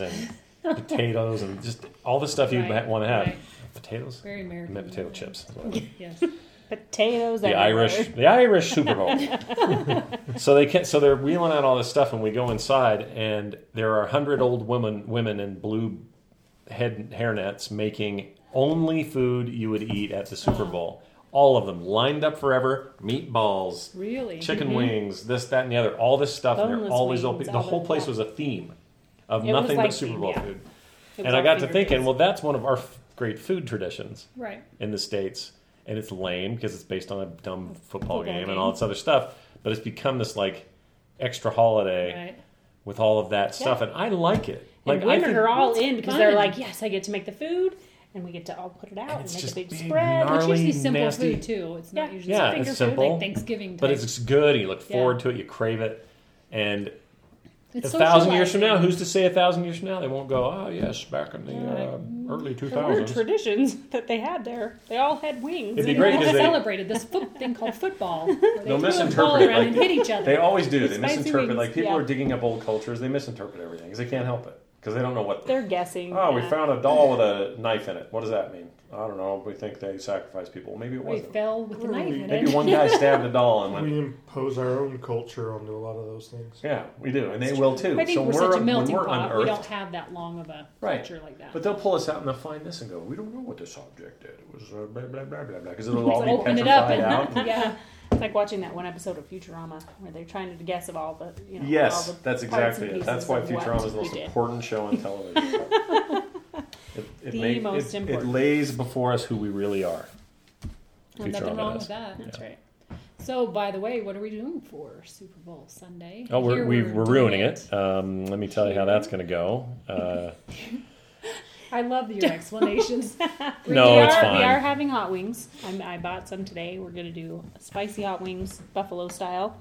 C: and potatoes and just all the stuff you
B: Right,
C: want to have.
B: right.
C: Potatoes?
B: very
C: I
B: American.
C: meant potato chips.
B: Yes.
A: Potatoes.
C: The
A: everywhere.
C: Irish, the Irish Super Bowl. so they can, so they're wheeling out all this stuff, and we go inside, and there are a hundred old women, women in blue head hairnets making only food you would eat at the Super Bowl. All of them lined up forever, meatballs,
B: Really?
C: chicken wings, this, that, and the other, all this stuff. and they're
A: Mm-hmm. Boneless
C: always
A: wings,
C: open. The
A: all
C: whole
A: of
C: place
A: that.
C: was a theme of
A: It was
C: nothing
A: like
C: but Super
A: themed,
C: Bowl
A: yeah.
C: food.
A: It was
C: And I
A: all
C: got to
A: finger
C: thinking,
A: foods.
C: well, that's one of our f- great food traditions
B: Right.
C: in the states, and it's lame because it's based on a dumb football,
B: Football
C: game,
B: game.
C: and all this other stuff. But it's become this like extra holiday
B: Right.
C: with all of that stuff, and I like it. Like
A: and
C: I
A: women
C: think
A: are all
B: It's
A: in because they're
B: fun.
A: like, yes, I get to make the food, and we get to all put it out and,
C: it's
A: make
C: just
A: a big,
C: big
A: spread.
C: gnarly-
B: It's usually simple
C: nasty-
B: food too. It's not
A: Yeah.
B: usually
C: Yeah,
B: finger
C: it's
B: food
C: simple,
B: like Thanksgiving. Type.
C: but it's good, and you look
B: Yeah.
C: forward to it, you crave it, and
B: It's
C: a thousand
B: socializing.
C: years from now, who's to say a thousand years from now they won't go? Oh yes, back in the uh, early two
A: There were
C: thousands.
A: traditions that they had there. They all had wings.
C: It'd be
A: and
C: great
B: People
C: because they,
B: celebrated this foot thing called football. where
F: They'll
B: they threw a ball
F: misinterpret it,
B: around
F: like-
B: and hit each other.
F: They always do. They
A: Spicy
F: misinterpret.
A: wings,
F: like people
A: yeah.
F: are digging up old cultures. They misinterpret everything because they can't help it because they don't know what.
A: They're guessing.
F: Oh, we
A: yeah.
F: found a doll with a knife in it. What does that mean? I don't know. We think they sacrificed people. Maybe it
B: We
F: wasn't.
B: fell with a knife in
F: Maybe
B: it.
F: one guy stabbed a doll and went.
D: We impose our own culture onto a lot of those things.
F: Yeah, we do, and they will too.
B: I think
F: so
B: we're such a
F: when
B: melting
F: we're
B: pot. We
F: unearthed-
B: don't have that long of a
F: Right.
B: culture like that.
F: But they'll pull us out and they'll find this and go, we don't know what this object did. It was uh, blah, blah, blah, blah, blah. Because it'll all
B: Let's
F: be
B: open
F: petrified
B: it up and
F: out.
B: yeah,
A: It's like watching that one episode of Futurama where they're trying to guess of all the. You know,
F: yes,
A: all the
F: that's
A: parts
F: exactly
A: and
F: it. That's
A: pieces
F: why
A: of what
F: Futurama is the
A: we
F: most
A: did.
F: important show on television. it, it
A: The
F: make-
A: most
F: it,
A: important.
F: It lays before us who we really are.
B: Well, nothing
C: Futurama
B: wrong
C: does.
B: with that.
A: That's right.
B: So, by the way, what are we doing for Super Bowl Sunday?
C: Oh, we're,
B: Here
C: we, we're ruining
B: doing
C: it. Um, let me tell you how that's going to go. Uh,
B: I love your explanations.
C: no,
A: we
C: it's
A: are, We
C: fine.
A: are having hot wings. I'm, I bought some today. We're going to do spicy hot wings, buffalo style.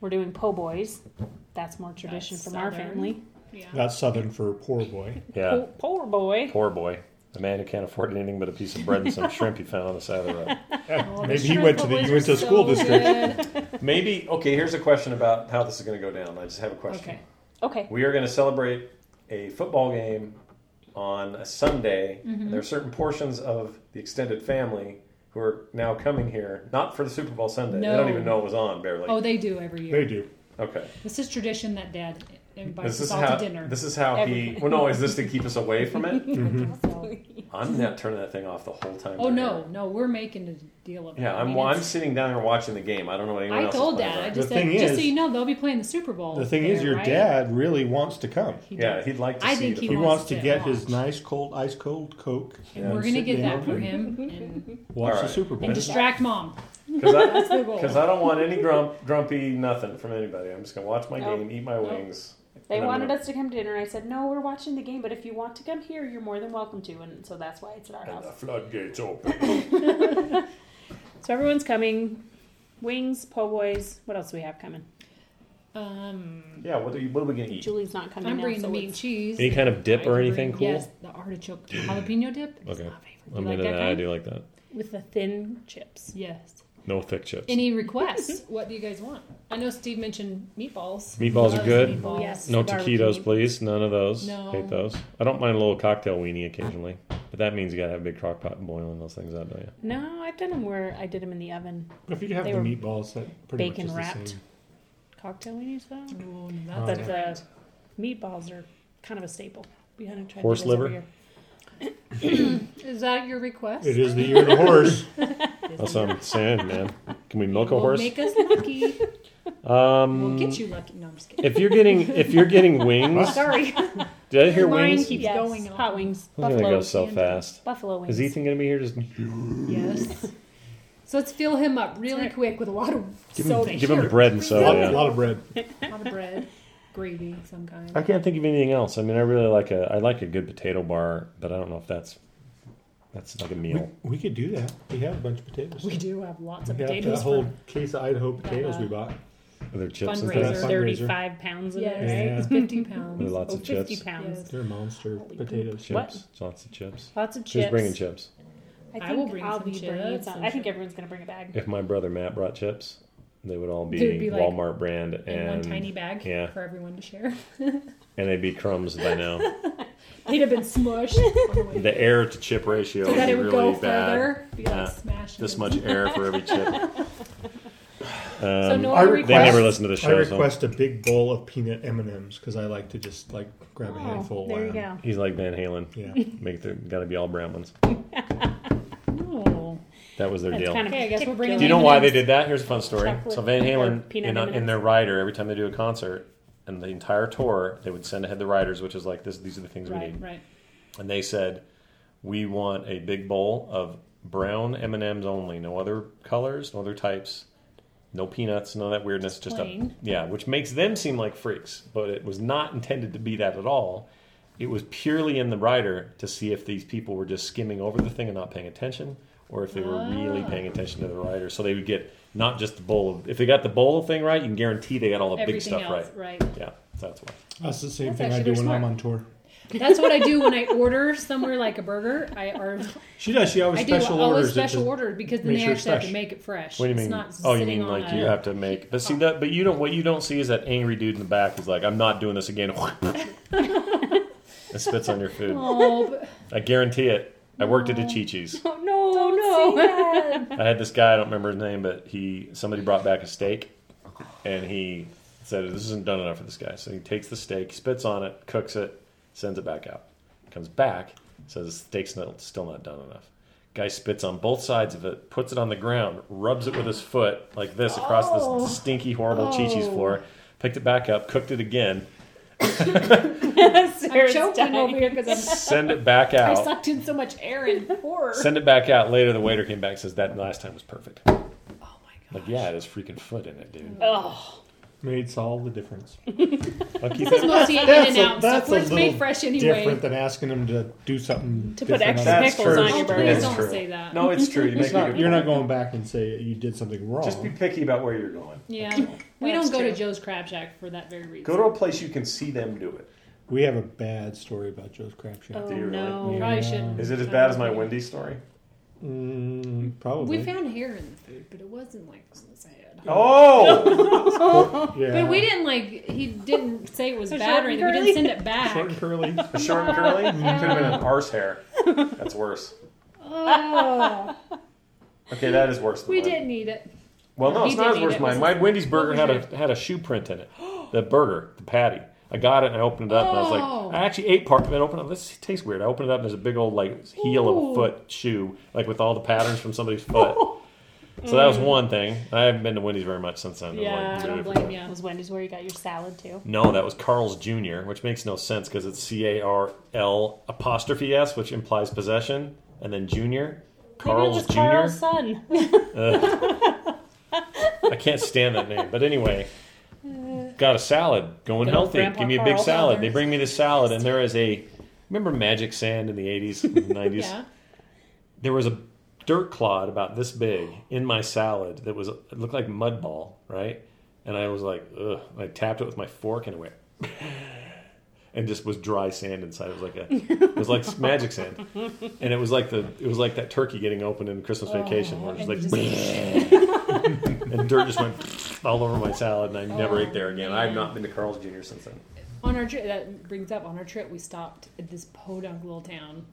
A: We're doing po' boys. That's more tradition
B: That's
A: from our
B: southern.
A: family.
B: yeah.
D: That's southern for a poor boy.
C: Yeah,
A: Po' poor boy.
C: poor boy. A man who can't afford anything but a piece of bread and some shrimp he found on the side of the road.
B: Oh, the
D: Maybe he
B: shrimp
D: went to the
B: boys
D: you
B: are
D: went to the school
B: so
D: district.
B: good.
C: Maybe okay. Here's a question about how this is going to go down. I just have a question.
B: Okay.
A: Okay.
C: We are going to celebrate a football game on a Sunday.
B: Mm-hmm.
C: And there are certain portions of the extended family who are now coming here, not for the Super Bowl Sunday. They
B: No.
C: don't even know it was on, barely.
B: Oh, they do every year.
D: They do.
C: Okay.
B: This is tradition that Dad invites
C: This is
B: us all
C: how.
B: to dinner.
C: This is how he. Well, no, is this to keep us away from it? I'm not turning that thing off the whole time.
B: oh
C: we're
B: no,
C: here.
B: no, we're making a deal of it.
C: Yeah,
B: I
C: I'm.
B: mean,
C: Well, I'm
B: it's-
C: sitting down here watching the game. I don't know what anyone
B: I
C: else. is
B: told
C: playing
B: Dad. I
C: around.
B: just
D: The
B: said,
D: thing
B: just
D: is-
B: so you know, they'll be playing the Super Bowl.
D: The thing is,
B: there,
D: your
B: right?
D: dad really wants to come.
B: He
C: Yeah,
B: does.
C: he'd like to
B: I
C: see
B: think
C: the
B: he
D: He
C: football.
D: wants
B: wants
D: to
B: to
D: get his
B: watch.
D: nice cold, ice cold Coke.
B: And we're gonna
D: sit
B: get
D: down
B: that for
D: and
B: him and,
D: Watch
C: All
D: the
C: right.
D: Super Bowl.
B: and distract mom.
C: Because I,
B: That's the goal.
C: Because I don't want any grump, grumpy nothing from anybody. I'm just gonna watch my
A: Nope.
C: game, eat my wings.
A: They
C: and I'm
A: wanted
C: gonna-
A: us to come to dinner. I said, no, we're watching the game, but if you want to come here, you're more than welcome to. And so that's why it's at our
C: And the
A: house.
C: floodgates open.
A: So everyone's coming. Wings, po' boys. What else do we have coming?
B: Um,
C: yeah, what are you? What are we gonna eat?
A: Julie's not coming.
B: I'm
A: now,
B: bringing
A: so
B: the meat and
A: it's-
B: cheese.
C: Any kind of dip
B: I
C: or
B: bring-
C: anything cool?
B: Yes, the artichoke jalapeno dip. It's
C: Okay.
B: my favorite. You like that
C: I
B: kind?
C: do like that.
A: with the thin chips.
B: Yes.
C: No thick chips.
B: Any requests? what do you guys want? I know Steve mentioned meatballs.
C: Meatballs are
B: Loves
C: good.
B: meatballs.
A: Oh, yes.
C: no
A: barbecue.
C: taquitos, please. None of those.
B: No.
C: Hate those. I don't mind a little cocktail weenie occasionally, but that means you gotta have a big crock pot boiling those things out, don't you?
A: No, I've done them where I did them in the oven.
D: If you have
A: They
D: the
A: were
D: meatballs, that pretty much
A: bacon
D: is
A: wrapped.
D: the same.
A: Cocktail weenies though.
B: Oh, no, that's
D: But
A: But
B: different.
A: the meatballs are kind of a staple. We haven't tried to do
C: Horse
A: this every
C: liver?
A: year.
B: Is that your request?
D: It is the year of the horse.
C: That's what I'm saying, man. Can we milk a
B: We'll
C: horse?
B: Make us lucky.
C: Um,
B: we'll get you lucky. No, I'm just kidding.
C: if you're getting if you're getting wings,
A: Sorry,
C: did I hear
B: Mine
C: wings?
B: keeps
A: Yes,
B: going on.
A: Hot wings,
C: I'm gonna go
A: buffalo,
C: so
B: and-
C: fast.
A: buffalo wings.
C: Is Ethan gonna be here? Just
B: Yes. So let's fill him up really
A: right.
B: quick with a lot of
C: Give him,
B: soda.
C: give him
B: Here,
C: bread and
B: freeze
D: a,
C: soda.
D: lot,
C: Oh, yeah.
D: a lot of bread.
B: it. A lot of bread, gravy, of some kind.
C: I can't think of anything else. I mean, I really like a I like a good potato bar, but I don't know if that's that's like a
D: We,
C: meal.
D: we could do that. We have a bunch of potatoes.
B: We do have lots of
D: We have that
B: potatoes.
D: whole
B: for-
D: case of Idaho potatoes we bought.
C: Are there chips and
B: Fundraiser.
C: things?
B: Fundraiser.
A: Thirty-five pounds of
B: Yes,
A: it, right?
D: Yeah.
B: it's 50
C: There are
B: pounds.
C: lots
A: Oh,
C: of chips.
A: Fifty pounds.
B: Yes.
D: They're monster potatoes.
C: Chips.
A: What?
C: Lots of chips.
A: Lots of
C: Who's
A: chips.
C: bringing chips?
A: I think
B: I
A: I
B: will bring
A: will
B: some
A: be bringing
B: chips
A: some.
B: and
A: I think
B: chips.
A: everyone's gonna bring a bag.
C: If my brother Matt brought chips, they would all be,
B: They would be like
C: Walmart brand and
B: In one tiny bag
C: yeah.
B: for everyone to share.
C: and they'd be crumbs by now.
B: They'd have been smushed. on the way.
C: the air to chip ratio
B: so
C: would
B: that
C: be
B: it would go
C: really bad.
B: further. Be
C: Yeah.
B: like smashed.
C: This
B: in.
C: much air for every chip. Um,
B: So no
D: I
B: other
D: request-
C: they
B: requests.
C: never listen to the
D: I
C: show. so
D: request a big bowl of peanut M and M's because I like to just like
B: Oh,
D: grab a handful.
A: Oh, there you
D: while I'm-
A: go.
C: he's like Van Halen.
D: Yeah.
C: Make the gotta be all brown ones.
B: No.
C: That was their
A: That's
C: deal.
A: kind of
B: Okay, I guess we'll bring
C: Do you know why they did that? Here's a fun story.
A: Chocolate
C: so Van
A: or
C: Halen,
A: peanut
C: in,
A: M&Ms.
C: in their rider, every time they do a concert, and the entire tour, they would send ahead the riders, which is like this. These are the things we
A: Right.
C: need.
B: Right.
C: And they said, "We want a big bowl of brown M and M's only. No other colors, no other types, no peanuts, none of that weirdness. Just, a,
B: plain.
C: yeah, which makes them seem like freaks, but it was not intended to be that at all." It was purely in the rider to see if these people were just skimming over the thing and not paying attention, or if they were
B: Ah.
C: really paying attention to the rider. So they would get not just the bowl. Of, if they got the bowl thing right, you can guarantee they got all the big
B: Everything
C: stuff
B: else.
C: right.
B: Right.
C: Yeah, that's why.
D: That's the same
B: That's
D: thing I
B: actually
D: do when
B: very
D: I'm
B: smart.
D: on tour.
B: That's what I do when I order somewhere like a burger. I or
D: She does. She always
B: I do
D: special
B: always
D: orders. it
B: special
D: to-
B: orders because then
D: make
B: they
D: sure it's
B: actually have to
D: fresh.
B: make it fresh.
C: What do you
B: It's
C: mean?
B: not
C: oh, you
B: sitting
C: mean
B: on
C: like
B: a-
C: you have to make? But see that. But you don't. What you don't see is that angry dude in the back is like, "I'm not doing this again." it spits on your food.
B: Oh, but-
C: I guarantee it. I worked at a Chi Chi's.
A: Oh, no, no.
C: I had this guy. I don't remember his name, but he somebody brought back a steak, and he said, "This isn't done enough for this guy." So he takes the steak, spits on it, cooks it, sends it back out. Comes back, says, "The steak's not, still not done enough." Guy spits on both sides of it, puts it on the ground, rubs it with his foot like this across
B: Oh.
C: this stinky, horrible Chi Chi's floor. Picked it back up, cooked it again,
B: I'm
A: Sarah's
B: choking
A: dying.
B: over here because
C: send it back
B: I
C: out.
B: sucked in so much air and horror.
C: Send it back out. Later, the waiter came back and says, That last time was perfect.
B: Oh my god!
C: Like, yeah, it has freaking foot in it, dude.
A: Oh,
D: Makes all the difference.
C: I'll keep
B: It's
C: it.
B: mostly in
D: That's
B: and
D: a-
B: out stuff
D: that's a
B: where it's made
D: little
B: fresh
D: Different
B: anyway.
D: than asking them to do something
A: To put
D: different
A: extra
D: on it.
C: That's
A: pickles
C: true.
A: on your
B: Oh,
A: burger.
B: please
C: That's
B: don't
C: true.
B: say that.
C: No, it's true. You
D: It's
C: make a
D: not,
C: good
D: you're not
C: point.
D: going back and say you did something wrong.
C: Just be picky about where you're going.
B: Yeah, we
A: That's
B: don't go to
A: true.
B: Joe's Crab Shack for that very reason.
C: Go to a place you can see them do it.
D: We have a bad story about Joe's Crab Shack.
A: Oh
C: Do you really?
A: no!
D: Yeah.
B: Probably shouldn't.
C: Is it as bad as my Wendy's story?
D: Mm, probably.
B: We found hair in the food, but it wasn't like sad.
C: Oh!
D: yeah.
B: But we didn't like. He didn't say it was
A: So short
B: bad or
A: and
B: anything. We
A: curly?
B: didn't send it back.
D: Short and curly.
C: A short and curly? Could have been an arse hair. That's worse.
B: Oh,
C: Okay, that is worse than
B: we
C: mine.
B: didn't eat it.
C: Well, no,
B: He
C: it's not
B: didn't
C: as
B: eat
C: worse
B: it.
C: than mine.
B: It
C: My Wendy's burger
B: was
C: had
B: yours?
C: a had a shoe print in it. The burger, the patty. I got it and I opened it up and I
B: Oh.
C: was like, I actually ate part of it. and Opened it up. This tastes weird. I opened it up and there's a big old like heel of
B: Ooh.
C: a foot shoe, like with all the patterns from somebody's foot. so that was one thing. I haven't been to Wendy's very much since then.
A: Yeah,
B: Mm. I don't
C: "Dude,
B: blame you.
A: Was Wendy's where you got your salad too?
C: No, that was Carl's Jr., which makes no sense because it's C A R L apostrophe S, which implies possession, and then Jr. Carl's Jr.
A: Maybe it was Carl's son.
C: I can't stand that name. But anyway, got a salad, going
A: Good old
C: healthy.
A: Grandpa
C: Give me a big
A: Carl.
C: salad. They bring me this salad, and there is a remember Magic Sand in the eighties, nineties.
B: Yeah.
C: There was a dirt clod about this big in my salad that was it looked like mud ball, right? And I was like, ugh. I tapped it with my fork and it went. And just was dry sand inside. It was like a, it was like magic sand, and it was like the, it was like that turkey getting open in Christmas vacation, where it's
B: Oh, and
C: like,
B: you
C: and dirt just went all over my salad, and I never
B: Oh,
C: ate there again. I've
B: man.
C: not been to Carl's Jr. since then.
B: On our trip, that brings up on our trip, we stopped at this podunk little town.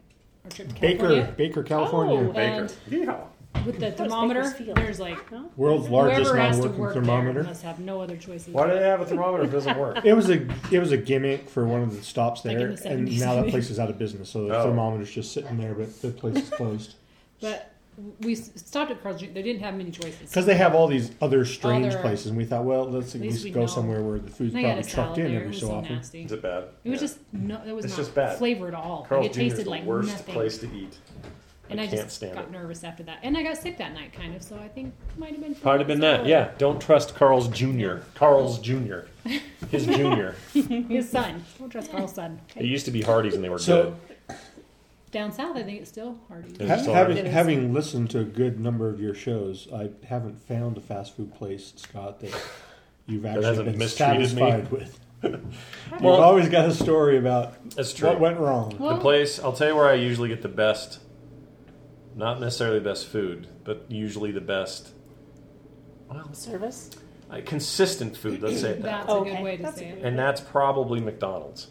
B: Our trip to California. Oh,
D: Baker, Baker, California.
C: Baker. Yeah.
B: With the
A: does
B: thermometer,
A: Baker's feel?
B: there's like
D: World's largest
B: whoever has to
D: non-working
B: work
D: thermometer.
B: there must have no other choices.
C: Why do they have a thermometer if it doesn't work?
D: It was a it was a gimmick for one of the stops
B: Like in
D: there,
B: the
D: and
B: 70s.
D: now that place is out of business, so the
C: Oh.
D: thermometer's just sitting there, but the place is closed
B: But we s- stopped at Carl's Jr. They didn't have many choices.
D: because they have all these other strange
B: Other-
D: places, and we thought, well, let's
B: At
D: at
B: least
D: least
B: we
D: go
B: know.
D: somewhere where the food's
B: And I got
D: probably
B: a
D: trucked
B: salad
D: in
B: there. It
D: every
B: was
D: so
B: so
D: often.
B: nasty.
C: Is it bad?
B: It was
C: Yeah.
B: just no. It was
C: It's
B: not
C: just bad.
B: flavor at all. Like,
C: Carl's
B: it
C: Jr. is
B: tasted
C: the
B: like
C: worst
B: nothing.
C: place to eat.
B: and
C: I
B: I,
C: can't
B: just
C: stand
B: got
C: it.
B: nervous after that. And I got sick that night, kind of. So I think it might have been.
C: Probably been that. Yeah. Don't trust Carl's Jr. Carl's Jr. His Jr.
B: His son. Don't trust Carl's son.
C: It used to be Hardee's and they were
D: So-
C: good.
B: Down south, I think it's still Hardee's.
C: Yeah.
D: Ha-
C: It's just
D: having,
B: alright.
D: having listened to a good number of your shows, I haven't found a fast food place, Scott, that you've actually
C: hasn't
D: been
C: mistreated me.
D: satisfied with. You've
C: Well-
D: always got a story about
C: That's true.
D: what went wrong.
C: the place I'll tell you where I usually get the best, not necessarily the best food, but usually the best, well,
A: Service.
C: uh, consistent food. Let's say it that.
B: That's
A: Oh,
B: a good
A: okay.
B: way to
A: That's
B: say
A: a
B: it.
C: and that's probably McDonald's.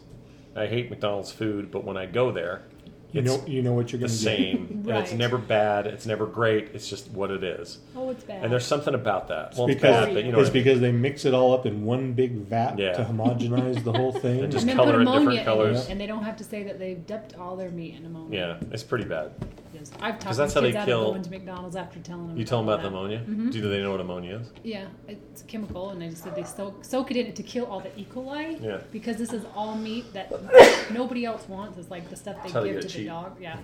C: I hate McDonald's food, but when I go there,
D: You
C: it's
D: know, you know what you're
C: the
D: going to
C: same, and it's
B: Right.
C: never bad, it's never great, it's just what it is.
B: Oh, it's bad.
C: And there's something about that. Well, it's
D: because
C: bad, but you know,
D: it's
C: what I mean.
D: because they mix it all up in one big vat
C: Yeah.
D: to homogenize the whole thing.
C: And just
B: and then
C: color
B: put
C: in different
B: ammonia in
C: colors.
B: it, and they don't have to say that they've dipped all their meat in ammonia.
C: yeah, it's pretty bad.
B: Yes. I've talked
C: that's
B: to
C: how they
B: kids out
C: kill-
B: of going to McDonald's after telling them.
C: You tell them about the
B: that.
C: ammonia.
B: Mm-hmm.
C: Do they know what ammonia is?
B: Yeah, it's a chemical, and I just said they soak, soak it in to kill all the E. coli.
C: Yeah.
B: Because this is all meat that nobody else wants. It's like the stuff they
C: That's how they
B: give
C: get
B: to the
C: cheap. Mm-hmm.
B: dog. Yeah.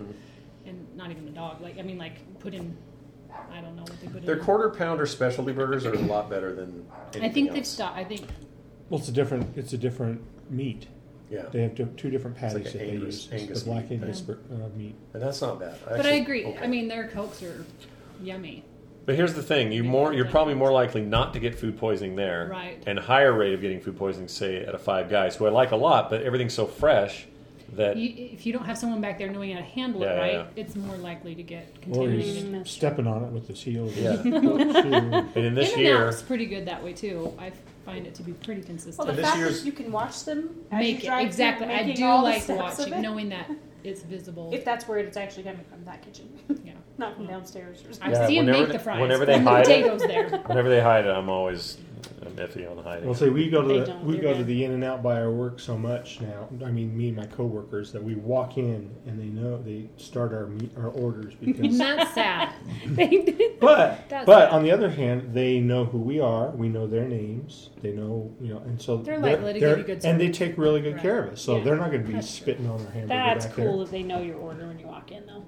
B: And not even the dog. Like I mean, like put in. I don't know what they put
C: Their
B: in.
C: quarter pounder specialty burgers are a lot better than.
B: I
C: anything
B: think they've
C: else.
B: stopped. I think
D: well, it's a different. It's a different meat.
C: Yeah,
D: They have di- two different patties
C: like
D: that
C: an
D: they
C: Angus-
D: use. It's
C: Angus
D: the black
C: meat thing.
D: Angus bur- uh, meat.
C: and that's not bad.
B: but I
C: actually-
B: agree.
C: okay.
B: I mean, their cokes are yummy.
C: But here's the thing: you
B: Maybe
C: more
B: not
C: you're
B: that
C: probably more likely not to get food poisoning there,
B: Right.
C: And higher rate of getting food poisoning, say at a Five Guys, who I like a lot, but everything's so fresh that
B: You, if you don't have someone back there knowing how to handle
C: Yeah,
B: it
C: yeah,
B: right,
C: yeah.
B: it's more likely to get
D: Or
B: contaminated.
D: he's stepping on it with his heels.
C: Yeah.
D: Shoot.
C: and in this
B: In and
C: year,
B: out's pretty good that way too. I find it to be pretty consistent.
A: Well, the
C: this
A: fact
C: year's-
A: that you can watch them as you
B: make
A: drive
B: it exactly.
A: through,
B: I
A: making
B: do
A: all the
B: like
A: steps of
B: watching,
A: it.
B: knowing that it's visible.
A: If that's where it's actually coming from, that kitchen,
B: yeah.
A: not from downstairs or something.
B: I've
C: Yeah,
B: seen them make
C: whenever they-
B: the fries.
C: whenever they
B: but the
C: hide it.
B: potatoes there.
C: whenever they hide it, I'm always I'm iffy on hiding.
D: Well, see, we go
A: They
D: to the,
A: don't,
D: we
A: they're
D: go to
A: good.
D: the In and Out by our work so much now. I mean, me and my coworkers that we walk in and they know they start our meat, our orders
B: And
D: because.
B: that's sad.
D: but
B: That's bad.
D: but on the other hand, they know who we are. We know their names. They know you know, and so
B: They're like
D: they're-
B: litigated good
D: and they
B: stewards.
D: take really good
B: Right.
D: care of us. So
B: Yeah.
D: they're not going to be
B: That's true.
D: spitting on our hamburger
A: That's
D: back
A: cool
D: there.
A: that they know your order when you walk in, though.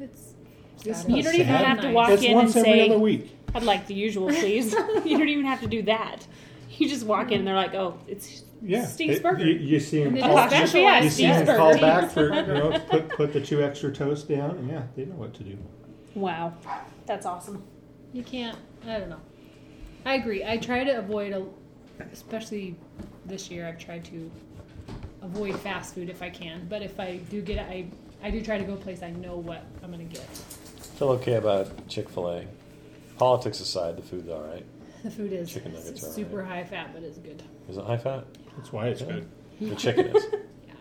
B: It's
D: It's
B: sad.
D: not
A: You don't even
D: sad.
A: have to
B: Nice.
A: walk
D: It's
A: in and
D: once every
A: say,
D: other week.
A: "I'd like the usual, please." you don't even have to do that. You just walk in, and they're like, "Oh, it's
D: Yeah,
A: Steve's
D: It-
A: burger."
D: You, you see them
B: And they
A: Oh,
D: call,
B: just
A: actually, yeah,
D: you
A: it's
D: see
A: Steve's
D: them call
A: burger.
D: back for you know put put the two extra toast down. Yeah, they know what to do.
A: Wow, that's awesome.
B: You can't. I don't know. I agree. I try to avoid a, especially this year. I've tried to avoid fast food if I can. But if I do get it, I, I do try to go a place I know what I'm going to get.
C: Feel okay about Chick Fil A. Politics aside, the food's all right.
B: The food is
C: Chicken nuggets are
B: super high fat, but it's good.
C: Is it high fat?
D: That's why it's good.
C: The chicken is.
B: Yeah.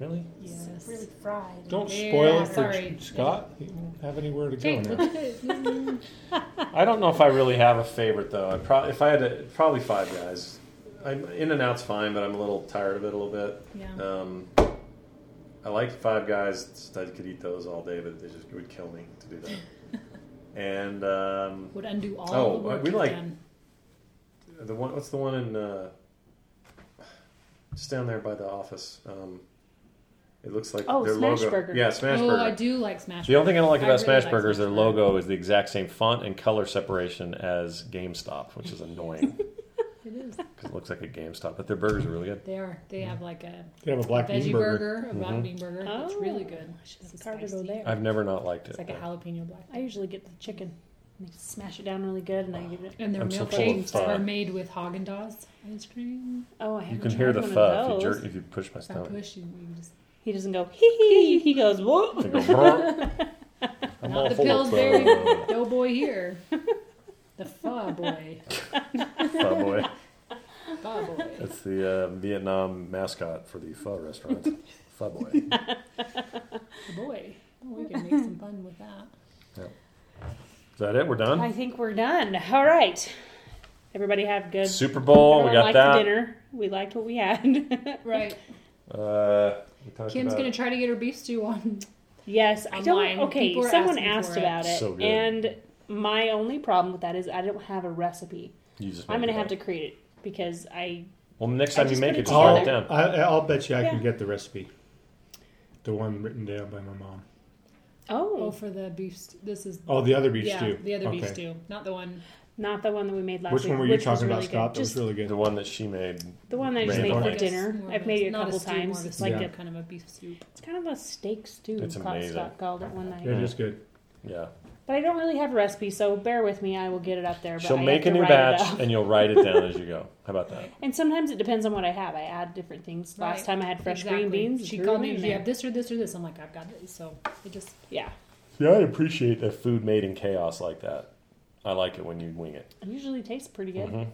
C: Really?
B: Yes.
G: Really fried.
D: Don't
B: Yeah,
D: spoil it for
B: sorry.
D: Scott. He won't have anywhere to go
B: Okay,
D: now.
B: look at this.
C: I don't know if I really have a favorite though. I probably if I had to, probably Five Guys. I'm In and Out's fine, but I'm a little tired of it a little bit.
B: Yeah.
C: Um, I like Five Guys. Just- I could eat those all day, but they just it would kill me to do that. and um,
B: Would undo all
C: Oh,
B: the work
C: we
B: you've
C: like-
B: done.
C: the one, what's the one in uh, just down there by the office? Um, it looks like
A: Oh,
C: their logo.
A: Smashburger.
C: Yeah, Smash
B: Oh,
C: Burger.
B: I do like smash.
C: The only thing I don't like
B: I
C: about
B: really
C: Smash
B: like
C: Burger is their
B: Smashburger.
C: logo is the exact same font and color separation as GameStop, which is annoying
B: It is.
C: because it looks like a GameStop. But their burgers are really good.
B: They are.
C: Mm-hmm.
B: They have like a
D: They have a black bean
B: veggie
D: burger.
B: burger, a black bean burger. It's
A: Oh.
B: really good.
A: It's
B: It's
A: hard to go
B: spicy.
A: there.
C: I've never not liked it.
B: It's like a jalapeno black.
A: I usually get the chicken. And they smash it down really good, and I give it.
B: And their
C: I'm so full of
B: milkshakes
C: fun.
B: are made with Haagen Dazs ice cream.
A: Oh, I haven't
C: you can
A: tried
C: hear the
A: one of
C: pho if you
A: those.
C: jerk if you push my
B: If I
C: stomach.
B: push you, you just
A: He doesn't go hee hee. He goes whoop.
C: They go, "Brrr." I'm
B: Not
C: all
B: the
C: full of
B: Pillsbury
C: pho,
B: doughboy here. The pho boy,
C: uh, pho boy.
B: pho boy.
C: That's the uh, Vietnam mascot for the pho restaurant. pho boy.
B: The boy. Oh, we can make some fun with that.
C: Is that it? We're
A: I
C: done.
A: think we're done. All right. Everybody have good.
C: Super Bowl. We
A: Everyone
C: got
A: liked the
C: that.
A: dinner. We liked what we had.
B: Right.
C: Uh, we talked
B: Kim's
C: about
B: gonna try to get her beef stew on.
A: yes, I
B: Online,
A: don't. Okay,
B: people are
A: someone
B: asking
A: asked
B: for it.
A: about it,
C: So good.
A: and my only problem with that is I don't have a recipe.
C: You just
A: I'm
C: made
A: gonna
C: it
A: have
C: up.
A: to create it because I
C: Well, next
A: I
C: time you
A: just
C: make
A: put
C: it,
A: it
C: just
A: together.
C: write it
A: Alright.
C: down.
D: I'll, I'll bet you I can
A: Yeah.
D: get the recipe. The one written down by my mom.
B: Oh,
A: oh,
B: for the beef. Stew. This is
D: Oh, the other beef
B: yeah,
D: stew.
B: the other beef
D: Okay.
B: stew, not the one.
A: not the one that we made last
D: Which
A: week.
D: one were you
A: was
D: talking about,
A: really good.
D: Scott? That
A: Just
D: was really good.
C: The one that she made.
A: the one that I just
D: Random
A: made for
D: Yes,
A: dinner.
B: More of
A: I've made it a
B: not
A: couple
B: stew, more of
A: times.
B: a
A: It's like
B: soup,
A: a,
B: kind of a beef stew.
A: it's kind of a steak stew.
C: It's
A: Scott-
C: amazing.
A: Scott called it one night.
D: It is good.
C: Yeah.
A: But I don't really have a recipe, so bear with me. I will get it up there. But
C: She'll
A: I have
C: make a
A: to
C: new
A: write it
C: batch
A: up.
C: and you'll write it down as you go. How about that?
A: And sometimes it depends on what I have. I add different things. Last
B: Right.
A: time I had fresh
B: Exactly.
A: green beans.
B: She
A: threw
B: called
A: them
B: me.
A: in
B: Do you
A: there.
B: have this or this or this? I'm like, I've got it. So it just
A: Yeah.
C: Yeah, I appreciate that food made in chaos like that. I like it when you wing it.
A: It usually tastes pretty good.
C: Mhm.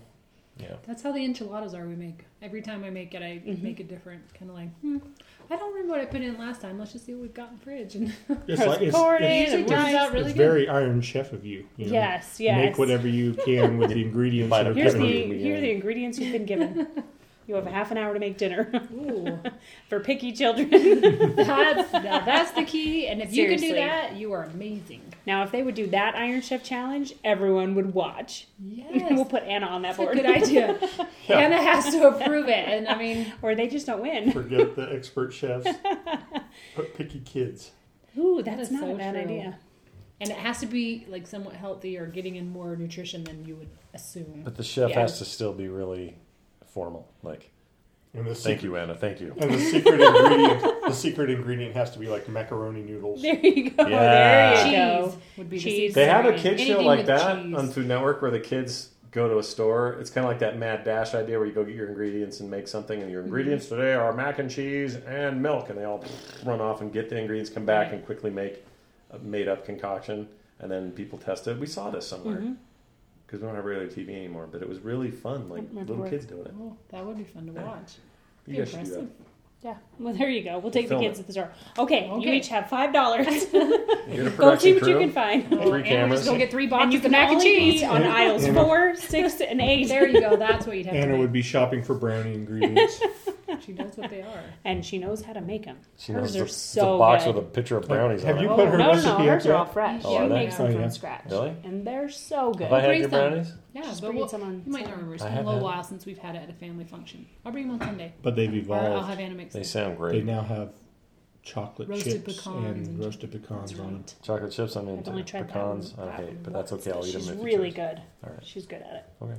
C: Yeah.
B: That's how the enchiladas are we make. Every time I make it, I
A: Mm-hmm.
B: make it different. Kind of like, hmm, I don't remember what I put in last time. Let's just see what we've got in the fridge. And
D: It's like it's,
A: Corn
D: it's,
A: in
B: usually
A: and
B: turns
A: rice.
B: out really
D: it's
B: good.
D: very Iron Chef of you. you know?
A: Yes, yes.
D: Make whatever you can with the ingredients
C: Buy
D: that are
C: the
A: Here's the
D: given you.
C: Yeah.
A: here are the ingredients you've been given. you have a half an hour to make dinner
B: Ooh,
A: for picky children.
B: that's now that's the key. And if you
A: Seriously.
B: can do that, you are amazing.
A: now, if they would do that Iron Chef challenge, everyone would watch. We'll
B: Yes,
A: put Anna on that
B: that's a
A: board,
B: good idea. Anna has to approve it, and I mean,
A: or they just don't win.
D: Forget the expert chefs. Put picky kids.
A: Ooh,
B: That
A: that's
B: is
A: not
B: so
A: a bad
B: true.
A: idea.
B: and it has to be like somewhat healthy or getting in more nutrition than you would assume.
C: But the chef
A: Yeah.
C: has to still be really formal. Like,
D: And the
C: thank
D: secret,
C: you, Anna. Thank you.
D: And the secret ingredient. The secret ingredient has to be like macaroni noodles.
A: There you go. There
C: Yeah.
A: you
B: Cheese
A: go.
B: would be the
A: Cheese.
B: secret
C: They had a
B: ingredient.
C: kid show
B: Anything
C: like
B: with
C: that
B: cheese.
C: on Food Network where the kids go to a store. It's kind of like that Mad Dash idea where you go get your ingredients and make something, and your ingredients
A: Mm-hmm.
C: today are mac and cheese and milk, and they all run off and get the ingredients, come back,
B: Right.
C: and quickly make a made up concoction, and then people test it. We saw this somewhere
A: Mm-hmm.
C: because we don't have regular TV anymore, but it was really fun, like
A: remember
C: little
A: where.
C: kids doing it.
B: Oh, that would be fun to watch.
C: You guys should do
B: Impressive.
A: Yeah. Well, there you go. We'll take
C: Film
A: the
C: it.
A: kids at the store. Okay, you
B: Okay.
A: each have five dollars.
C: that. Get
A: go see
C: a production
A: what you
C: crew,
A: can find.
C: three
B: And we're just
C: cameras.
B: gonna get three boxes
A: And you
B: of
A: can mac and
B: only
A: cheese
B: pizza.
A: on aisles
D: Anna-
A: four, six, and eight.
B: There you go. That's what you'd have
D: Anna
B: to
D: would be shopping for brownie ingredients.
B: make. She knows what they are.
A: And she knows how to make them.
C: She knows
A: Hers
C: the,
A: are
C: it's
A: so
C: a box
A: good.
C: with a picture of brownies
D: Have
C: on
D: you
C: it.
D: put
A: Oh, no,
D: her
A: no, no.
D: recipe up
A: Hers are
D: yet?
A: all fresh.
B: Oh,
A: she
B: are they?
A: makes them
D: Oh,
A: from
D: yeah.
A: scratch.
C: Really?
A: And they're so good.
C: Have I had
B: Bring
C: your
B: some.
C: brownies?
B: Yeah,
A: Just
B: but
A: bring
B: we'll,
A: some on
B: you might not
A: Sunday.
B: remember. It's
C: I
B: been a
C: have
B: little
C: had-
B: while since we've had it at a family function. I'll bring them on Sunday.
D: But they've
B: Or I'll have
D: evolved.
B: Anna make some.
C: They sound
D: They
C: great.
D: now have chocolate
B: Roasted
D: chips
B: pecans
D: and
B: and-
D: roasted pecans
B: That's
D: on them.
B: right.
C: Chocolate chips, I'm
A: I've
C: into.
A: only tried that
C: Pecans,
A: one-
C: I
A: that
C: hate,
A: one
C: but that's
A: once,
C: okay. I'll eat them.
A: She's
C: if you
A: really
C: choose.
A: good.
C: All right.
A: She's good at it.
C: Okay.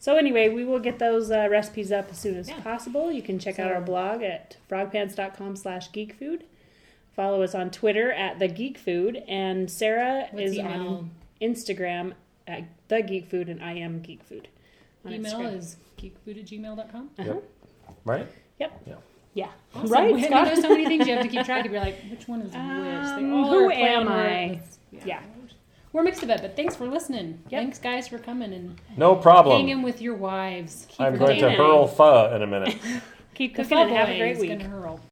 A: So anyway, we will get those uh, recipes up as soon as
B: Yeah.
A: possible. You can check out our
B: So-
A: blog at frogpants.com slash geekfood. Follow us on Twitter at the Geek Food, and Sarah
B: What's
A: is
B: email?
A: on Instagram at the Geek Food, and I am Geek Food. on
B: Email
A: Instagram.
B: is geekfood at gmail.com.
C: Right?
A: Yep.
C: Yeah.
A: Yeah.
B: Awesome.
A: Right,
B: We- I mean,
A: Scott?
B: there's so many things you have to keep track of. You're like, which one is which?
A: Um, who
B: playing
A: am
B: with-
A: I?
B: Yeah. We're mixed of it, but thanks for listening.
A: Yep.
B: Thanks, guys, for coming and
H: No problem.
B: hanging with your wives. Keep
H: I'm
B: your
H: going to
A: it.
H: hurl pho in a minute.
A: Keep
B: The
A: cooking and
B: fat
A: have a
B: boy
A: great
B: is
A: week.
B: Gonna hurl.